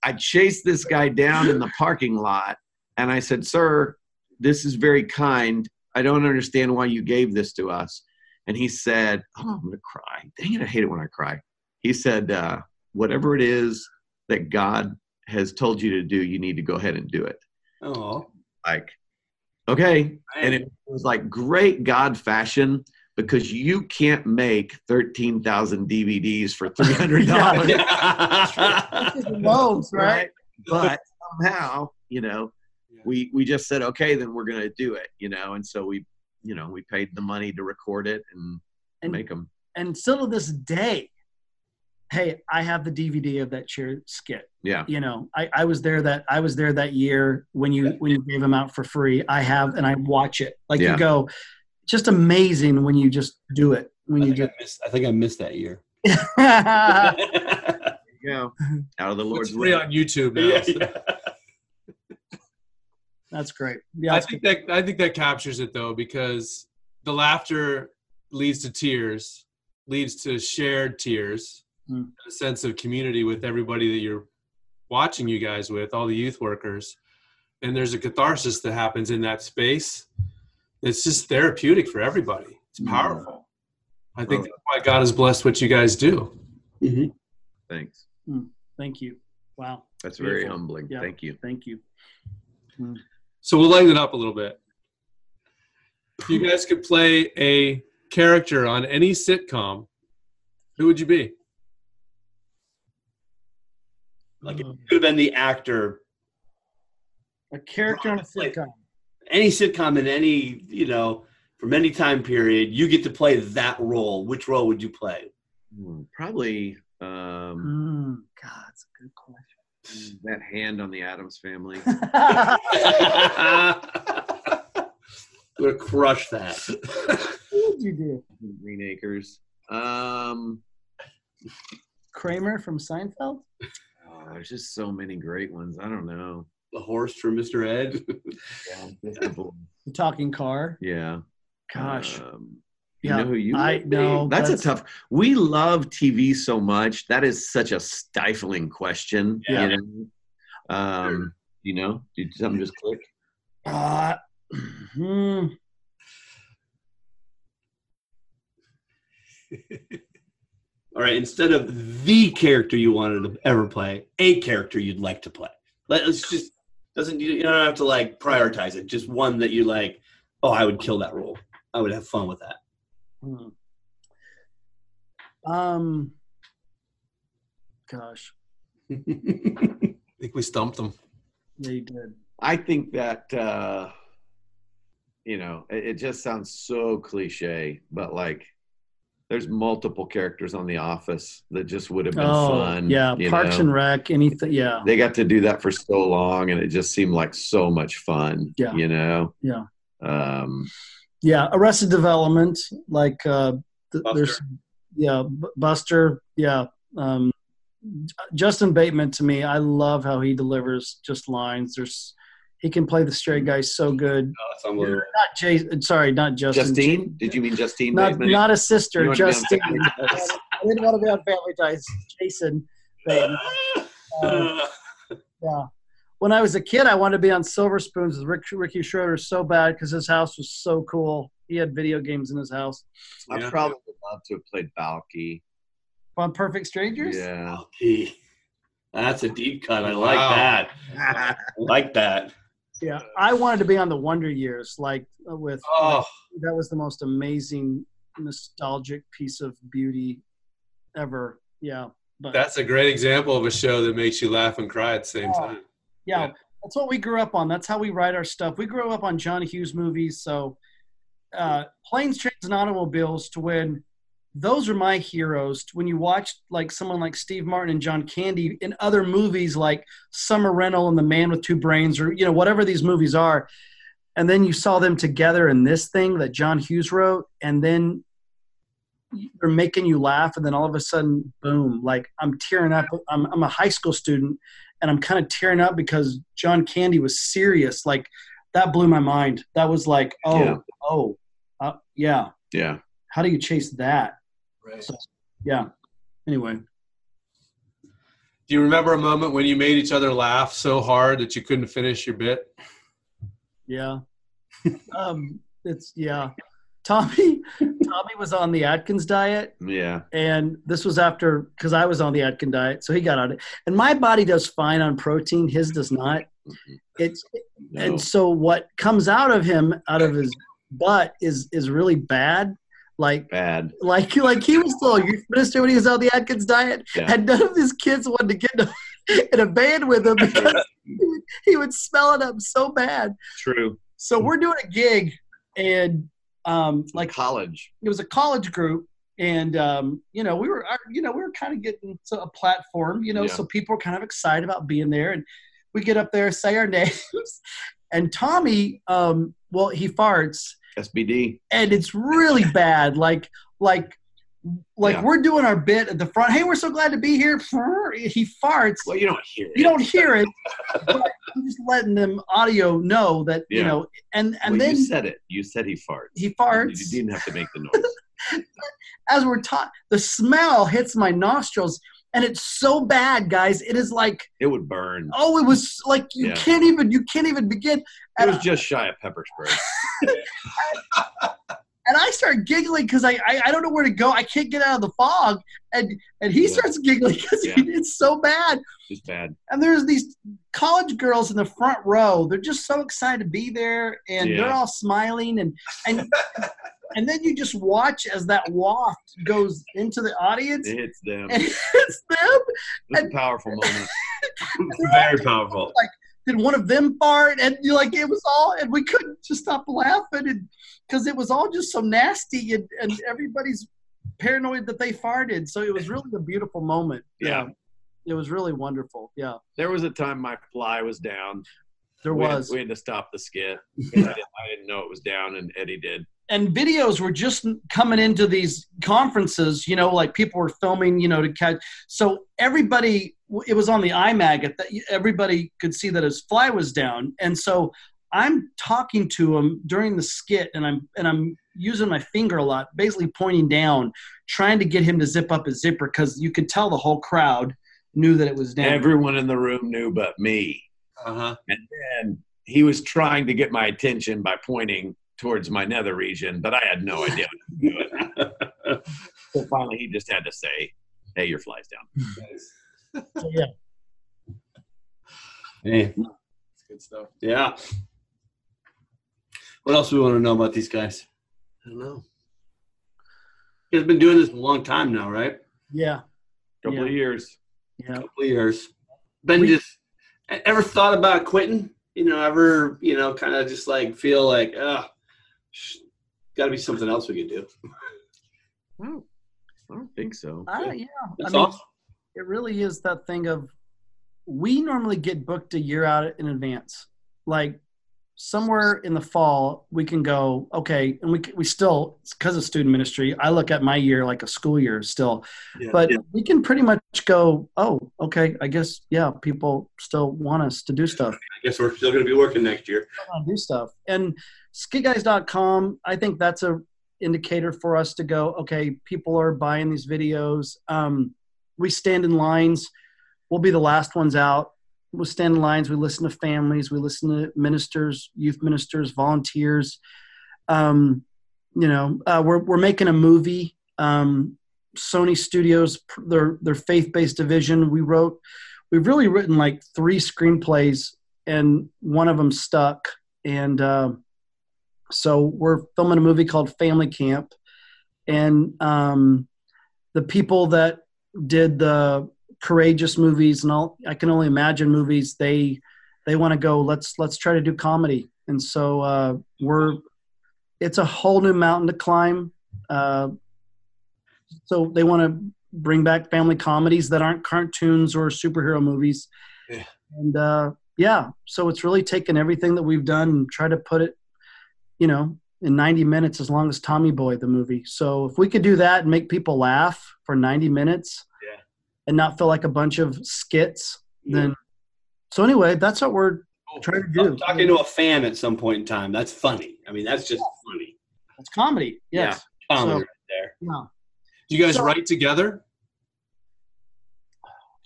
[SPEAKER 2] I chased this guy down in the parking lot, and I said, "Sir, this is very kind. I don't understand why you gave this to us." And he said, "Oh, I'm gonna cry. Dang it, I hate it when I cry." He said, uh, "Whatever it is that God has told you to do, you need to go ahead and do it."
[SPEAKER 5] Oh.
[SPEAKER 2] Like, okay, and
[SPEAKER 5] man.
[SPEAKER 2] it was like great God fashion because you can't make 13,000 DVDs for $300.
[SPEAKER 7] Loaves, right?
[SPEAKER 2] But somehow, you know, we, we just said, okay, then we're going to do it, you know? And so we, you know, we paid the money to record it and,
[SPEAKER 7] And-
[SPEAKER 2] make them.
[SPEAKER 7] And still to this day, hey, I have the DVD of that chair skit.
[SPEAKER 2] Yeah.
[SPEAKER 7] you know I, I was there that i was there that year when you when you gave them out for free i have and i watch it like
[SPEAKER 2] Yeah.
[SPEAKER 7] you go just amazing when you just do it when
[SPEAKER 5] I
[SPEAKER 7] you
[SPEAKER 5] think,
[SPEAKER 7] just
[SPEAKER 5] I missed, I think I missed that year.
[SPEAKER 7] yeah Uh-huh.
[SPEAKER 2] You know, out of the
[SPEAKER 6] It's
[SPEAKER 2] Lord's
[SPEAKER 6] free
[SPEAKER 2] will.
[SPEAKER 6] on YouTube now.
[SPEAKER 5] Yeah,
[SPEAKER 6] so-
[SPEAKER 5] yeah.
[SPEAKER 7] that's great yeah
[SPEAKER 6] I
[SPEAKER 7] that's
[SPEAKER 6] think that I think that captures it though, because the laughter leads to tears, leads to shared tears,
[SPEAKER 7] Hmm.
[SPEAKER 6] a sense of community with everybody that you're watching you guys with, all the youth workers, and there's a catharsis that happens in that space. It's just therapeutic for everybody. It's
[SPEAKER 2] Hmm.
[SPEAKER 6] powerful. I
[SPEAKER 2] Well-
[SPEAKER 6] think that's why God has blessed what you guys do.
[SPEAKER 5] Mhm.
[SPEAKER 2] Thanks.
[SPEAKER 7] thank you wow
[SPEAKER 2] That's very
[SPEAKER 7] Beautiful.
[SPEAKER 2] humbling.
[SPEAKER 7] Yeah.
[SPEAKER 2] Thank you.
[SPEAKER 7] thank you
[SPEAKER 6] So we'll lighten it up a little bit. If you guys could play a character on any sitcom, who would you be?
[SPEAKER 5] Like it could have been the actor.
[SPEAKER 7] a character on a
[SPEAKER 5] Like-
[SPEAKER 7] sitcom
[SPEAKER 5] Any sitcom in any, you know, from any time period, you get to play that role. Which role would you play?
[SPEAKER 2] Hmm, Probably um,
[SPEAKER 7] mm, god that's a good question
[SPEAKER 2] that hand on the Adams family.
[SPEAKER 5] Would have crushed that.
[SPEAKER 7] what would you do
[SPEAKER 2] Green Acres. Um,
[SPEAKER 7] kramer from seinfeld
[SPEAKER 2] Oh, there's just so many great ones. I don't know.
[SPEAKER 5] The horse for Mr. Ed.
[SPEAKER 2] Yeah. just a bull-
[SPEAKER 7] the talking car
[SPEAKER 2] yeah.
[SPEAKER 7] gosh
[SPEAKER 2] Um, you
[SPEAKER 7] yeah
[SPEAKER 2] know who you
[SPEAKER 7] i
[SPEAKER 2] would be?
[SPEAKER 7] know
[SPEAKER 2] That's, a tough. We love TV so much. That is such a stifling question. you
[SPEAKER 5] Yeah.
[SPEAKER 2] know? Um, you know, did something just click?
[SPEAKER 7] uh, hmm.
[SPEAKER 5] All right, instead of the character you wanted to ever play, a character you'd like to play. Let, us just doesn't you, you don't have to like prioritize it. Just one that you like. Oh, I would kill that role. I would have fun with that.
[SPEAKER 7] Hmm. Um. Gosh,
[SPEAKER 6] I think we stumped them.
[SPEAKER 7] they did.
[SPEAKER 2] I think that uh, you know, it, it just sounds so cliche, but like there's multiple characters on The Office that just would have been
[SPEAKER 7] Oh,
[SPEAKER 2] fun.
[SPEAKER 7] yeah.
[SPEAKER 2] you
[SPEAKER 7] Parks
[SPEAKER 2] know?
[SPEAKER 7] and Rec. Anything? Yeah.
[SPEAKER 2] they got to do that for so long and it just seemed like so much fun
[SPEAKER 7] Yeah.
[SPEAKER 2] you know
[SPEAKER 7] Yeah.
[SPEAKER 2] um
[SPEAKER 7] Yeah. Arrested Development. Like uh, th- there's.
[SPEAKER 5] Buster.
[SPEAKER 7] Yeah, B- Buster. Yeah. Um, J- Justin Bateman to me, I love how he delivers just lines. There's, he can play the straight guy so good.
[SPEAKER 5] Oh, that's unbelievable.
[SPEAKER 7] Not Jason. Sorry, not Justin.
[SPEAKER 2] justine did you mean justine
[SPEAKER 7] Not,
[SPEAKER 2] Bateman?
[SPEAKER 7] not a
[SPEAKER 2] You
[SPEAKER 7] sister,
[SPEAKER 2] wanna be on
[SPEAKER 7] Justine. I didn't want to be on Family Ties. Jason Bateman. Uh, yeah. When I was a kid, I wanted to be on Silver Spoons with Rick, Ricky Schroeder so bad because his house was so cool. He had video games in his house.
[SPEAKER 2] I
[SPEAKER 6] Yeah.
[SPEAKER 2] probably would love to have played Balky.
[SPEAKER 7] On Perfect Strangers?
[SPEAKER 2] Yeah.
[SPEAKER 5] Gee, That's a deep cut. I like
[SPEAKER 6] Wow.
[SPEAKER 5] that. I like that.
[SPEAKER 7] Yeah. I wanted to be on the Wonder Years, like uh, with
[SPEAKER 6] Oh,
[SPEAKER 7] that was the most amazing, nostalgic piece of beauty ever. Yeah. But
[SPEAKER 6] that's a great example of a show that makes you laugh and cry at the same
[SPEAKER 7] Oh.
[SPEAKER 6] time.
[SPEAKER 7] yeah,
[SPEAKER 6] Yeah.
[SPEAKER 7] that's what we grew up on. That's how we write our stuff. We grew up on John Hughes movies, so uh, planes, trains, and automobiles. To when those are my heroes. When you watch like someone like Steve Martin and John Candy in other movies like Summer Rental and The Man with Two Brains, or you know whatever these movies are, and then you saw them together in this thing that John Hughes wrote, and then they're making you laugh, and then all of a sudden, boom! Like I'm tearing up. I'm, I'm a high school student and I'm kind of tearing up because John Candy was serious. Like that blew my mind. That was like, oh,
[SPEAKER 2] Yeah.
[SPEAKER 7] oh, uh, yeah.
[SPEAKER 2] Yeah.
[SPEAKER 7] How do you chase that?
[SPEAKER 6] Right.
[SPEAKER 7] Yeah. Anyway,
[SPEAKER 6] Do you remember a moment when you made each other laugh so hard that you couldn't finish your bit?
[SPEAKER 7] yeah. um, it's yeah. Tommy, Tommy was on the Atkins diet,
[SPEAKER 2] Yeah.
[SPEAKER 7] and this was after because I was on the Atkins diet, so he got on it. And my body does fine on protein; his does not. It's
[SPEAKER 2] No.
[SPEAKER 7] and so what comes out of him out of his butt is is really bad like
[SPEAKER 2] Bad.
[SPEAKER 7] like like he was still a youth minister when he was on the atkins diet
[SPEAKER 2] Yeah.
[SPEAKER 7] and none of his kids wanted to get in a band with him because he would, he would smell it up so bad
[SPEAKER 2] True.
[SPEAKER 7] so we're doing a gig and um
[SPEAKER 2] Like
[SPEAKER 7] like
[SPEAKER 2] college.
[SPEAKER 7] it was a college group and um, you know we were uh, you know we were kind of getting to a platform you know
[SPEAKER 2] Yeah.
[SPEAKER 7] so people were kind of excited about being there and we get up there say our names and tommy um, well he farts
[SPEAKER 2] SBD.
[SPEAKER 7] and it's really bad like like like
[SPEAKER 2] Yeah.
[SPEAKER 7] we're doing our bit at the front hey we're so glad to be here he farts
[SPEAKER 2] Well, you don't hear it.
[SPEAKER 7] you don't hear it but i'm just letting them audio know that you
[SPEAKER 2] Yeah.
[SPEAKER 7] know and and
[SPEAKER 2] well,
[SPEAKER 7] then
[SPEAKER 2] you said it. You said he farts.
[SPEAKER 7] he
[SPEAKER 2] You-
[SPEAKER 7] farts
[SPEAKER 2] You didn't have to make the noise.
[SPEAKER 7] as we're taught, the smell hits my nostrils and it's so bad, guys. It is like,
[SPEAKER 2] It would burn.
[SPEAKER 7] oh, it was like you
[SPEAKER 2] Yeah.
[SPEAKER 7] can't even you can't even begin.
[SPEAKER 2] It
[SPEAKER 7] And,
[SPEAKER 2] was just shy of pepper spray.
[SPEAKER 7] and I start giggling because I, I I don't know where to go. I can't get out of the fog. And and he
[SPEAKER 2] Yeah.
[SPEAKER 7] starts giggling because
[SPEAKER 2] Yeah.
[SPEAKER 7] it's so bad.
[SPEAKER 2] It's bad.
[SPEAKER 7] And there's these college girls in the front row. They're just so excited to be there, and they're
[SPEAKER 2] Yeah.
[SPEAKER 7] all smiling and and. And then you just watch as that waft goes into the audience,
[SPEAKER 2] It hits them.
[SPEAKER 7] and it's them.
[SPEAKER 2] It's a powerful moment.
[SPEAKER 5] Very powerful.
[SPEAKER 7] did one of them fart and you like it was all and we couldn't just stop laughing and because it was all just so nasty and, and everybody's paranoid that they farted so it was really a beautiful moment
[SPEAKER 2] Yeah.
[SPEAKER 7] it was really wonderful yeah
[SPEAKER 2] There was a time my fly was down.
[SPEAKER 7] there
[SPEAKER 2] we
[SPEAKER 7] was
[SPEAKER 2] Had, we had to stop the skit. 'cause I, didn't, I didn't know it was down, and Eddie did.
[SPEAKER 7] and videos were just coming into these conferences you know like people were filming you know to catch so everybody it was on the imag at that everybody could see that his fly was down and so i'm talking to him during the skit and i'm and i'm using my finger a lot basically pointing down trying to get him to zip up his zipper because you could tell the whole crowd knew that it was down
[SPEAKER 2] Everyone in the room knew but me.
[SPEAKER 6] Uh
[SPEAKER 5] Uh-huh.
[SPEAKER 6] huh.
[SPEAKER 2] And then he was trying to get my attention by pointing towards my nether region, but I had no idea what to do. it. so finally, he just had to say, "Hey, your fly's down."
[SPEAKER 7] So, yeah
[SPEAKER 5] Hey,
[SPEAKER 6] It's good stuff.
[SPEAKER 5] yeah. What else do we want to know about these guys?
[SPEAKER 6] I don't know.
[SPEAKER 5] You guys been doing this a long time now, right?
[SPEAKER 7] yeah
[SPEAKER 2] Couple of years.
[SPEAKER 7] yeah
[SPEAKER 5] couple of years. Been
[SPEAKER 7] We-
[SPEAKER 5] just e-, ever thought about quitting? You know, ever you know, kind of just like feel like, uh got to be something else we could do.
[SPEAKER 2] I don't, I don't think so.
[SPEAKER 7] I don't- yeah
[SPEAKER 5] That's
[SPEAKER 7] I mean,
[SPEAKER 5] awesome.
[SPEAKER 7] it really is that thing of we normally get booked a year out in advance like somewhere in the fall we can go okay and we, c- we still because of student ministry i look at my year like a school year still
[SPEAKER 6] Yeah.
[SPEAKER 7] but we can pretty much go oh okay i guess yeah people still want us to do stuff
[SPEAKER 5] I guess we're still going to be working next year.
[SPEAKER 7] on, do stuff. And skitguys.com, I think that's a indicator for us to go, okay, people are buying these videos. Um, we stand in lines. we'll be the last ones out. We'll stand in lines. We listen to families. We listen to ministers, youth ministers, volunteers. Um, you know, uh, we're we're making a movie. Um, Sony Studios, pr- their their faith based division. We wrote, we've really written like three screenplays, and one of them stuck. And uh, so we're filming a movie called Family Camp, and um, the people that did the courageous movies and all I can only imagine movies they they want to go let's let's try to do comedy and so uh, we're it's a whole new mountain to climb uh, so they want to bring back family comedies that aren't cartoons or superhero movies
[SPEAKER 6] Yeah.
[SPEAKER 7] and uh, yeah so it's really taken everything that we've done and try to put it you know in 90 minutes as long as tommy boy the movie so if we could do that and make people laugh for 90 minutes
[SPEAKER 6] Yeah.
[SPEAKER 7] and not feel like a bunch of skits
[SPEAKER 6] Yeah.
[SPEAKER 7] then so anyway that's what we're
[SPEAKER 5] Cool.
[SPEAKER 7] trying to
[SPEAKER 5] I'm
[SPEAKER 7] do
[SPEAKER 5] talking to a fan at some point in time. That's funny. I mean, that's just funny.
[SPEAKER 7] it's comedy yes
[SPEAKER 5] Comedy
[SPEAKER 7] So-
[SPEAKER 5] right there.
[SPEAKER 7] yeah.
[SPEAKER 6] Do you guys
[SPEAKER 7] So-
[SPEAKER 6] write together?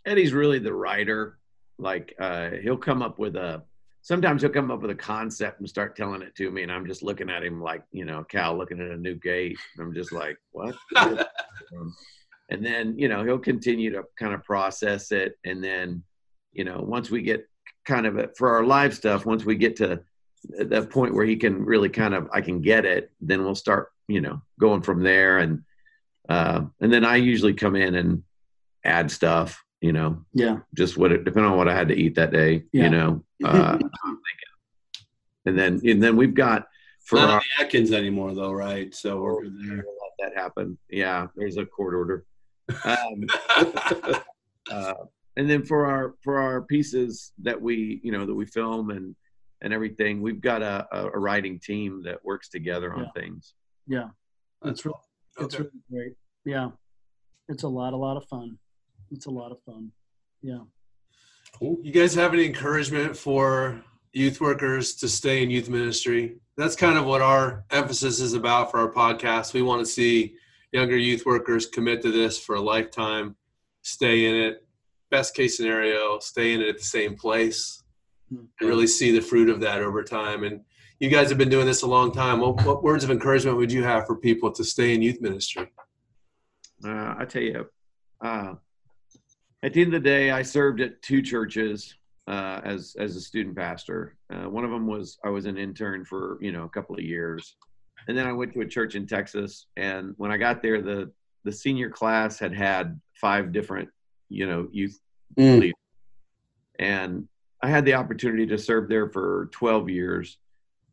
[SPEAKER 2] Eddie's really the writer. Like uh, he'll come up with a. Sometimes he'll come up with a concept and start telling it to me, and I'm just looking at him like you know Cal looking at a new gate. And I'm just like what. Um, and then you know he'll continue to kind of process it, and then you know once we get kind of a, for our live stuff, once we get to the point where he can really kind of I can get it, then we'll start you know going from there, and uh, and then I usually come in and add stuff, you know,
[SPEAKER 7] yeah
[SPEAKER 2] just what it depending on what I had to eat that day,
[SPEAKER 7] Yeah.
[SPEAKER 2] you know. Uh, and then and then we've got for
[SPEAKER 5] Not
[SPEAKER 2] our,
[SPEAKER 5] on the Atkins anymore, though, right? So we're good there.
[SPEAKER 2] let that happen. Yeah, there's a court order. Um, uh, and then for our for our pieces that we you know that we film and and everything, we've got a, a, a writing team that works together on things.
[SPEAKER 5] That's right.
[SPEAKER 7] It's really great. Yeah. It's a lot, a lot of fun. It's a lot of fun. Yeah.
[SPEAKER 5] Cool.
[SPEAKER 6] You guys have any encouragement for youth workers to stay in youth ministry? That's kind of what our emphasis is about for our podcast. We want to see younger youth workers commit to this for a lifetime, stay in it. Best case scenario, stay in it at the same place
[SPEAKER 7] Hmm.
[SPEAKER 6] and really see the fruit of that over time. And you guys have been doing this a long time. What, what words of encouragement would you have for people to stay in youth ministry?
[SPEAKER 2] Uh, I tell you, uh, at the end of the day, I served at two churches uh, as as a student pastor. Uh, one of them was I was an intern for you know a couple of years, and then I went to a church in Texas. And when I got there, the the senior class had had five different you know youth
[SPEAKER 5] Mm.
[SPEAKER 2] and I had the opportunity to serve there for 12 years.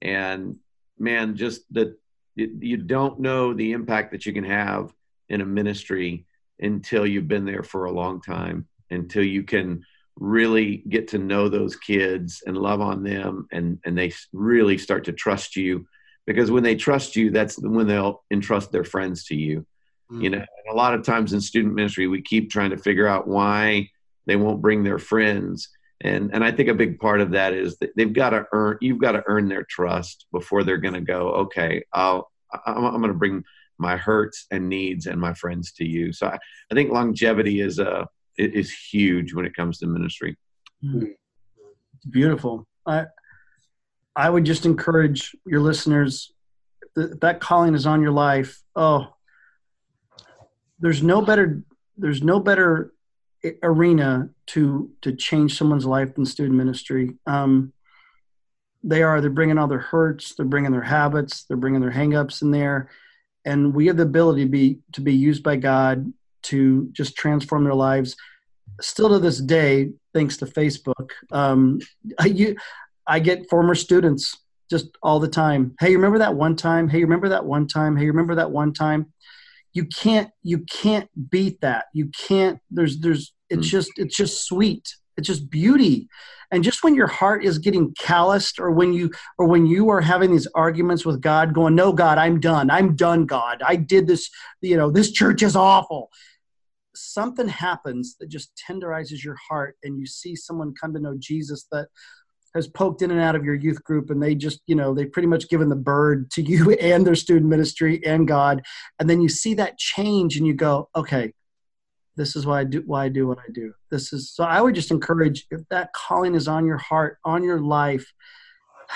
[SPEAKER 2] And man, just the you you don't know the impact that you can have in a ministry until you've been there for a long time, until you can really get to know those kids and love on them, and and they s- really start to trust you. Because when they trust you, that's when they'll entrust their friends to you you know and a lot of times in student ministry we keep trying to figure out why they won't bring their friends and and i think a big part of that is that they've got to earn you've got to earn their trust before they're going to go okay i'll I- i'm, I'm going to bring my hurts and needs and my friends to you so i, I think longevity is a is huge when it comes to ministry
[SPEAKER 7] It's beautiful. I I would just encourage your listeners if th- if that calling is on your life. Oh, there's no better there's no better i- arena to to change someone's life than student ministry. Um, they are they're bringing all their hurts, they're bringing their habits, they're bringing their hangups in there, and we have the ability to be to be used by God to just transform their lives. Still to this day, thanks to Facebook, um, I, you, I get former students just all the time. Hey, remember that one time? Hey, remember that one time? Hey, remember that one time? You can't, you can't beat that. You can't. There's, there's. It's
[SPEAKER 2] Mm.
[SPEAKER 7] just, it's just sweet. It's just beauty. And just when your heart is getting calloused, or when you, or when you are having these arguments with God, going, "No, God, I'm done. I'm done. God, I did this. You know, this church is awful." Something happens that just tenderizes your heart, and you see someone come to know Jesus that has poked in and out of your youth group and they just you know they've pretty much given the bird to you and their student ministry and god and then you see that change and you go okay this is why I do why I do what I do. This is so I would just encourage if that calling is on your heart, on your life,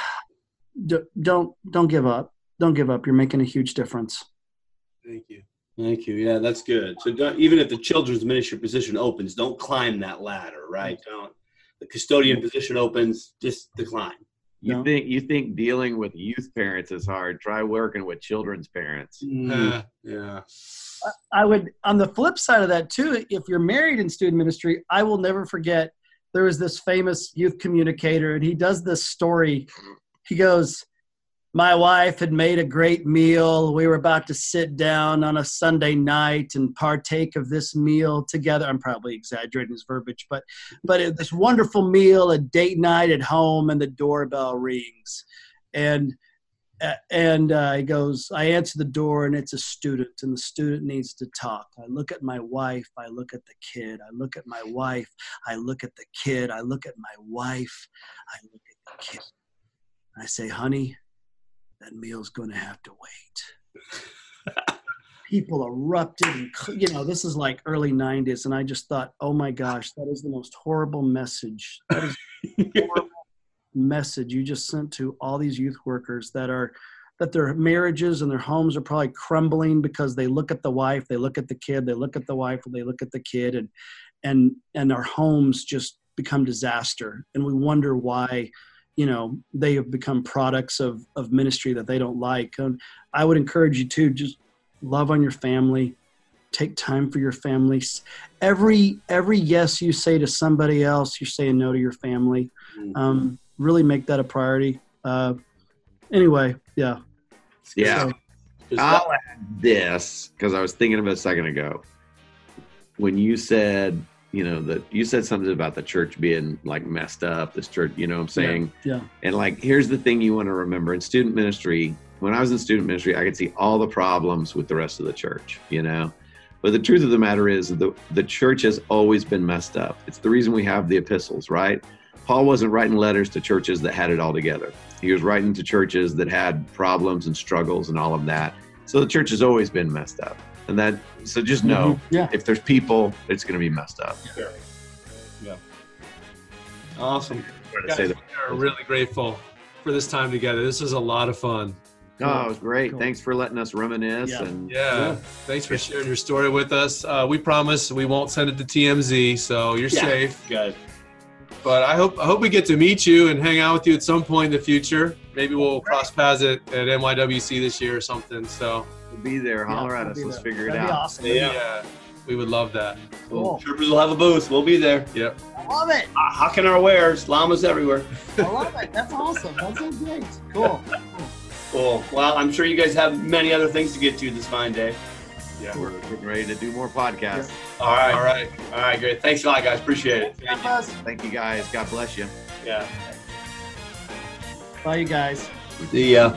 [SPEAKER 7] d- don't don't give up. Don't give up. You're making a huge difference.
[SPEAKER 6] Thank you.
[SPEAKER 5] Thank you. Yeah, that's good. So don't, even if the children's ministry position opens, don't climb that ladder, right? Don't. The custodian position opens, just decline.
[SPEAKER 2] You
[SPEAKER 7] No.
[SPEAKER 2] think you think dealing with youth parents is hard? Try working with children's parents.
[SPEAKER 6] Uh, yeah.
[SPEAKER 7] I would on the flip side of that too, if you're married in student ministry, I will never forget there was this famous youth communicator and he does this story. He goes, My wife had made a great meal. We were about to sit down on a Sunday night and partake of this meal together. I'm probably exaggerating his verbiage, but but it, this wonderful meal, a date night at home, and the doorbell rings. And a- and uh, he goes, I answer the door, and it's a student, and the student needs to talk. I look at my wife, I look at the kid, I look at my wife, I look at the kid, I look at my wife, I look at the kid. I say, honey, that meal's going to have to wait. People erupted, and cl- you know, this is like early 90s, and I just thought, oh my gosh, that is the most horrible message. That is the horrible message you just sent to all these youth workers that are that their marriages and their homes are probably crumbling because they look at the wife, they look at the kid, they look at the wife, and they look at the kid, and and and our homes just become disaster, and we wonder why, you know, they have become products of of ministry that they don't like. And I would encourage you to just love on your family, take time for your family. S- Every every yes you say to somebody else, you're saying no to your family. Um, really make that a priority. Uh, anyway, yeah.
[SPEAKER 2] Yeah.
[SPEAKER 7] So-
[SPEAKER 5] Just-
[SPEAKER 2] I'll add this because I was thinking of it a second ago. When you said, you know, that you said something about the church being like messed up, this church, you know what I'm saying?
[SPEAKER 7] Yeah, yeah.
[SPEAKER 2] And like, here's the thing you want to remember in student ministry, when I was in student ministry, I could see all the problems with the rest of the church, you know? But the truth of the matter is, the, the church has always been messed up. It's the reason we have the epistles, right? Paul wasn't writing letters to churches that had it all together. He was writing to churches that had problems and struggles and all of that. So the church has always been messed up. And that, so just know
[SPEAKER 7] Yeah.
[SPEAKER 2] if there's people, it's going to be messed up.
[SPEAKER 5] awesome.
[SPEAKER 2] Sorry to
[SPEAKER 6] Guys,
[SPEAKER 2] say
[SPEAKER 6] we
[SPEAKER 2] that.
[SPEAKER 6] are really grateful for this time together. This was a lot of fun.
[SPEAKER 2] No, it was great.
[SPEAKER 7] Cool.
[SPEAKER 2] Thanks for letting us reminisce.
[SPEAKER 7] Yeah.
[SPEAKER 2] And
[SPEAKER 6] Yeah.
[SPEAKER 5] Yeah.
[SPEAKER 6] Thanks for sharing your story with us. Uh, we promise we won't send it to TMZ, so you're
[SPEAKER 5] Yeah.
[SPEAKER 6] safe.
[SPEAKER 5] Good.
[SPEAKER 6] But I hope I hope we get to meet you and hang out with you at some point in the future. Maybe we'll cross paths at, at NYWC this year or something. So uh,
[SPEAKER 2] we'll be there.
[SPEAKER 7] Yeah,
[SPEAKER 2] Holler at
[SPEAKER 7] we'll
[SPEAKER 2] us.
[SPEAKER 7] be
[SPEAKER 2] Let's
[SPEAKER 7] there.
[SPEAKER 2] figure it
[SPEAKER 7] That'd be
[SPEAKER 2] out.
[SPEAKER 7] awesome.
[SPEAKER 5] Yeah.
[SPEAKER 6] we would love that.
[SPEAKER 7] Cool.
[SPEAKER 5] Troopers will have a booth. We'll be there.
[SPEAKER 6] Yep.
[SPEAKER 7] I love it.
[SPEAKER 5] Uh, hawking our wares. Llamas everywhere.
[SPEAKER 7] I love it. That's awesome. That's so great. Cool.
[SPEAKER 5] Cool. Well, I'm sure you guys have many other things to get to this fine day.
[SPEAKER 6] Yeah.
[SPEAKER 2] We're getting ready to do more podcasts.
[SPEAKER 5] All right.
[SPEAKER 6] All right.
[SPEAKER 5] All right. Great. Thanks a lot, guys. Appreciate it.
[SPEAKER 7] God bless.
[SPEAKER 2] Thank you guys. God bless you.
[SPEAKER 5] Yeah.
[SPEAKER 7] Bye, you guys.
[SPEAKER 5] See ya.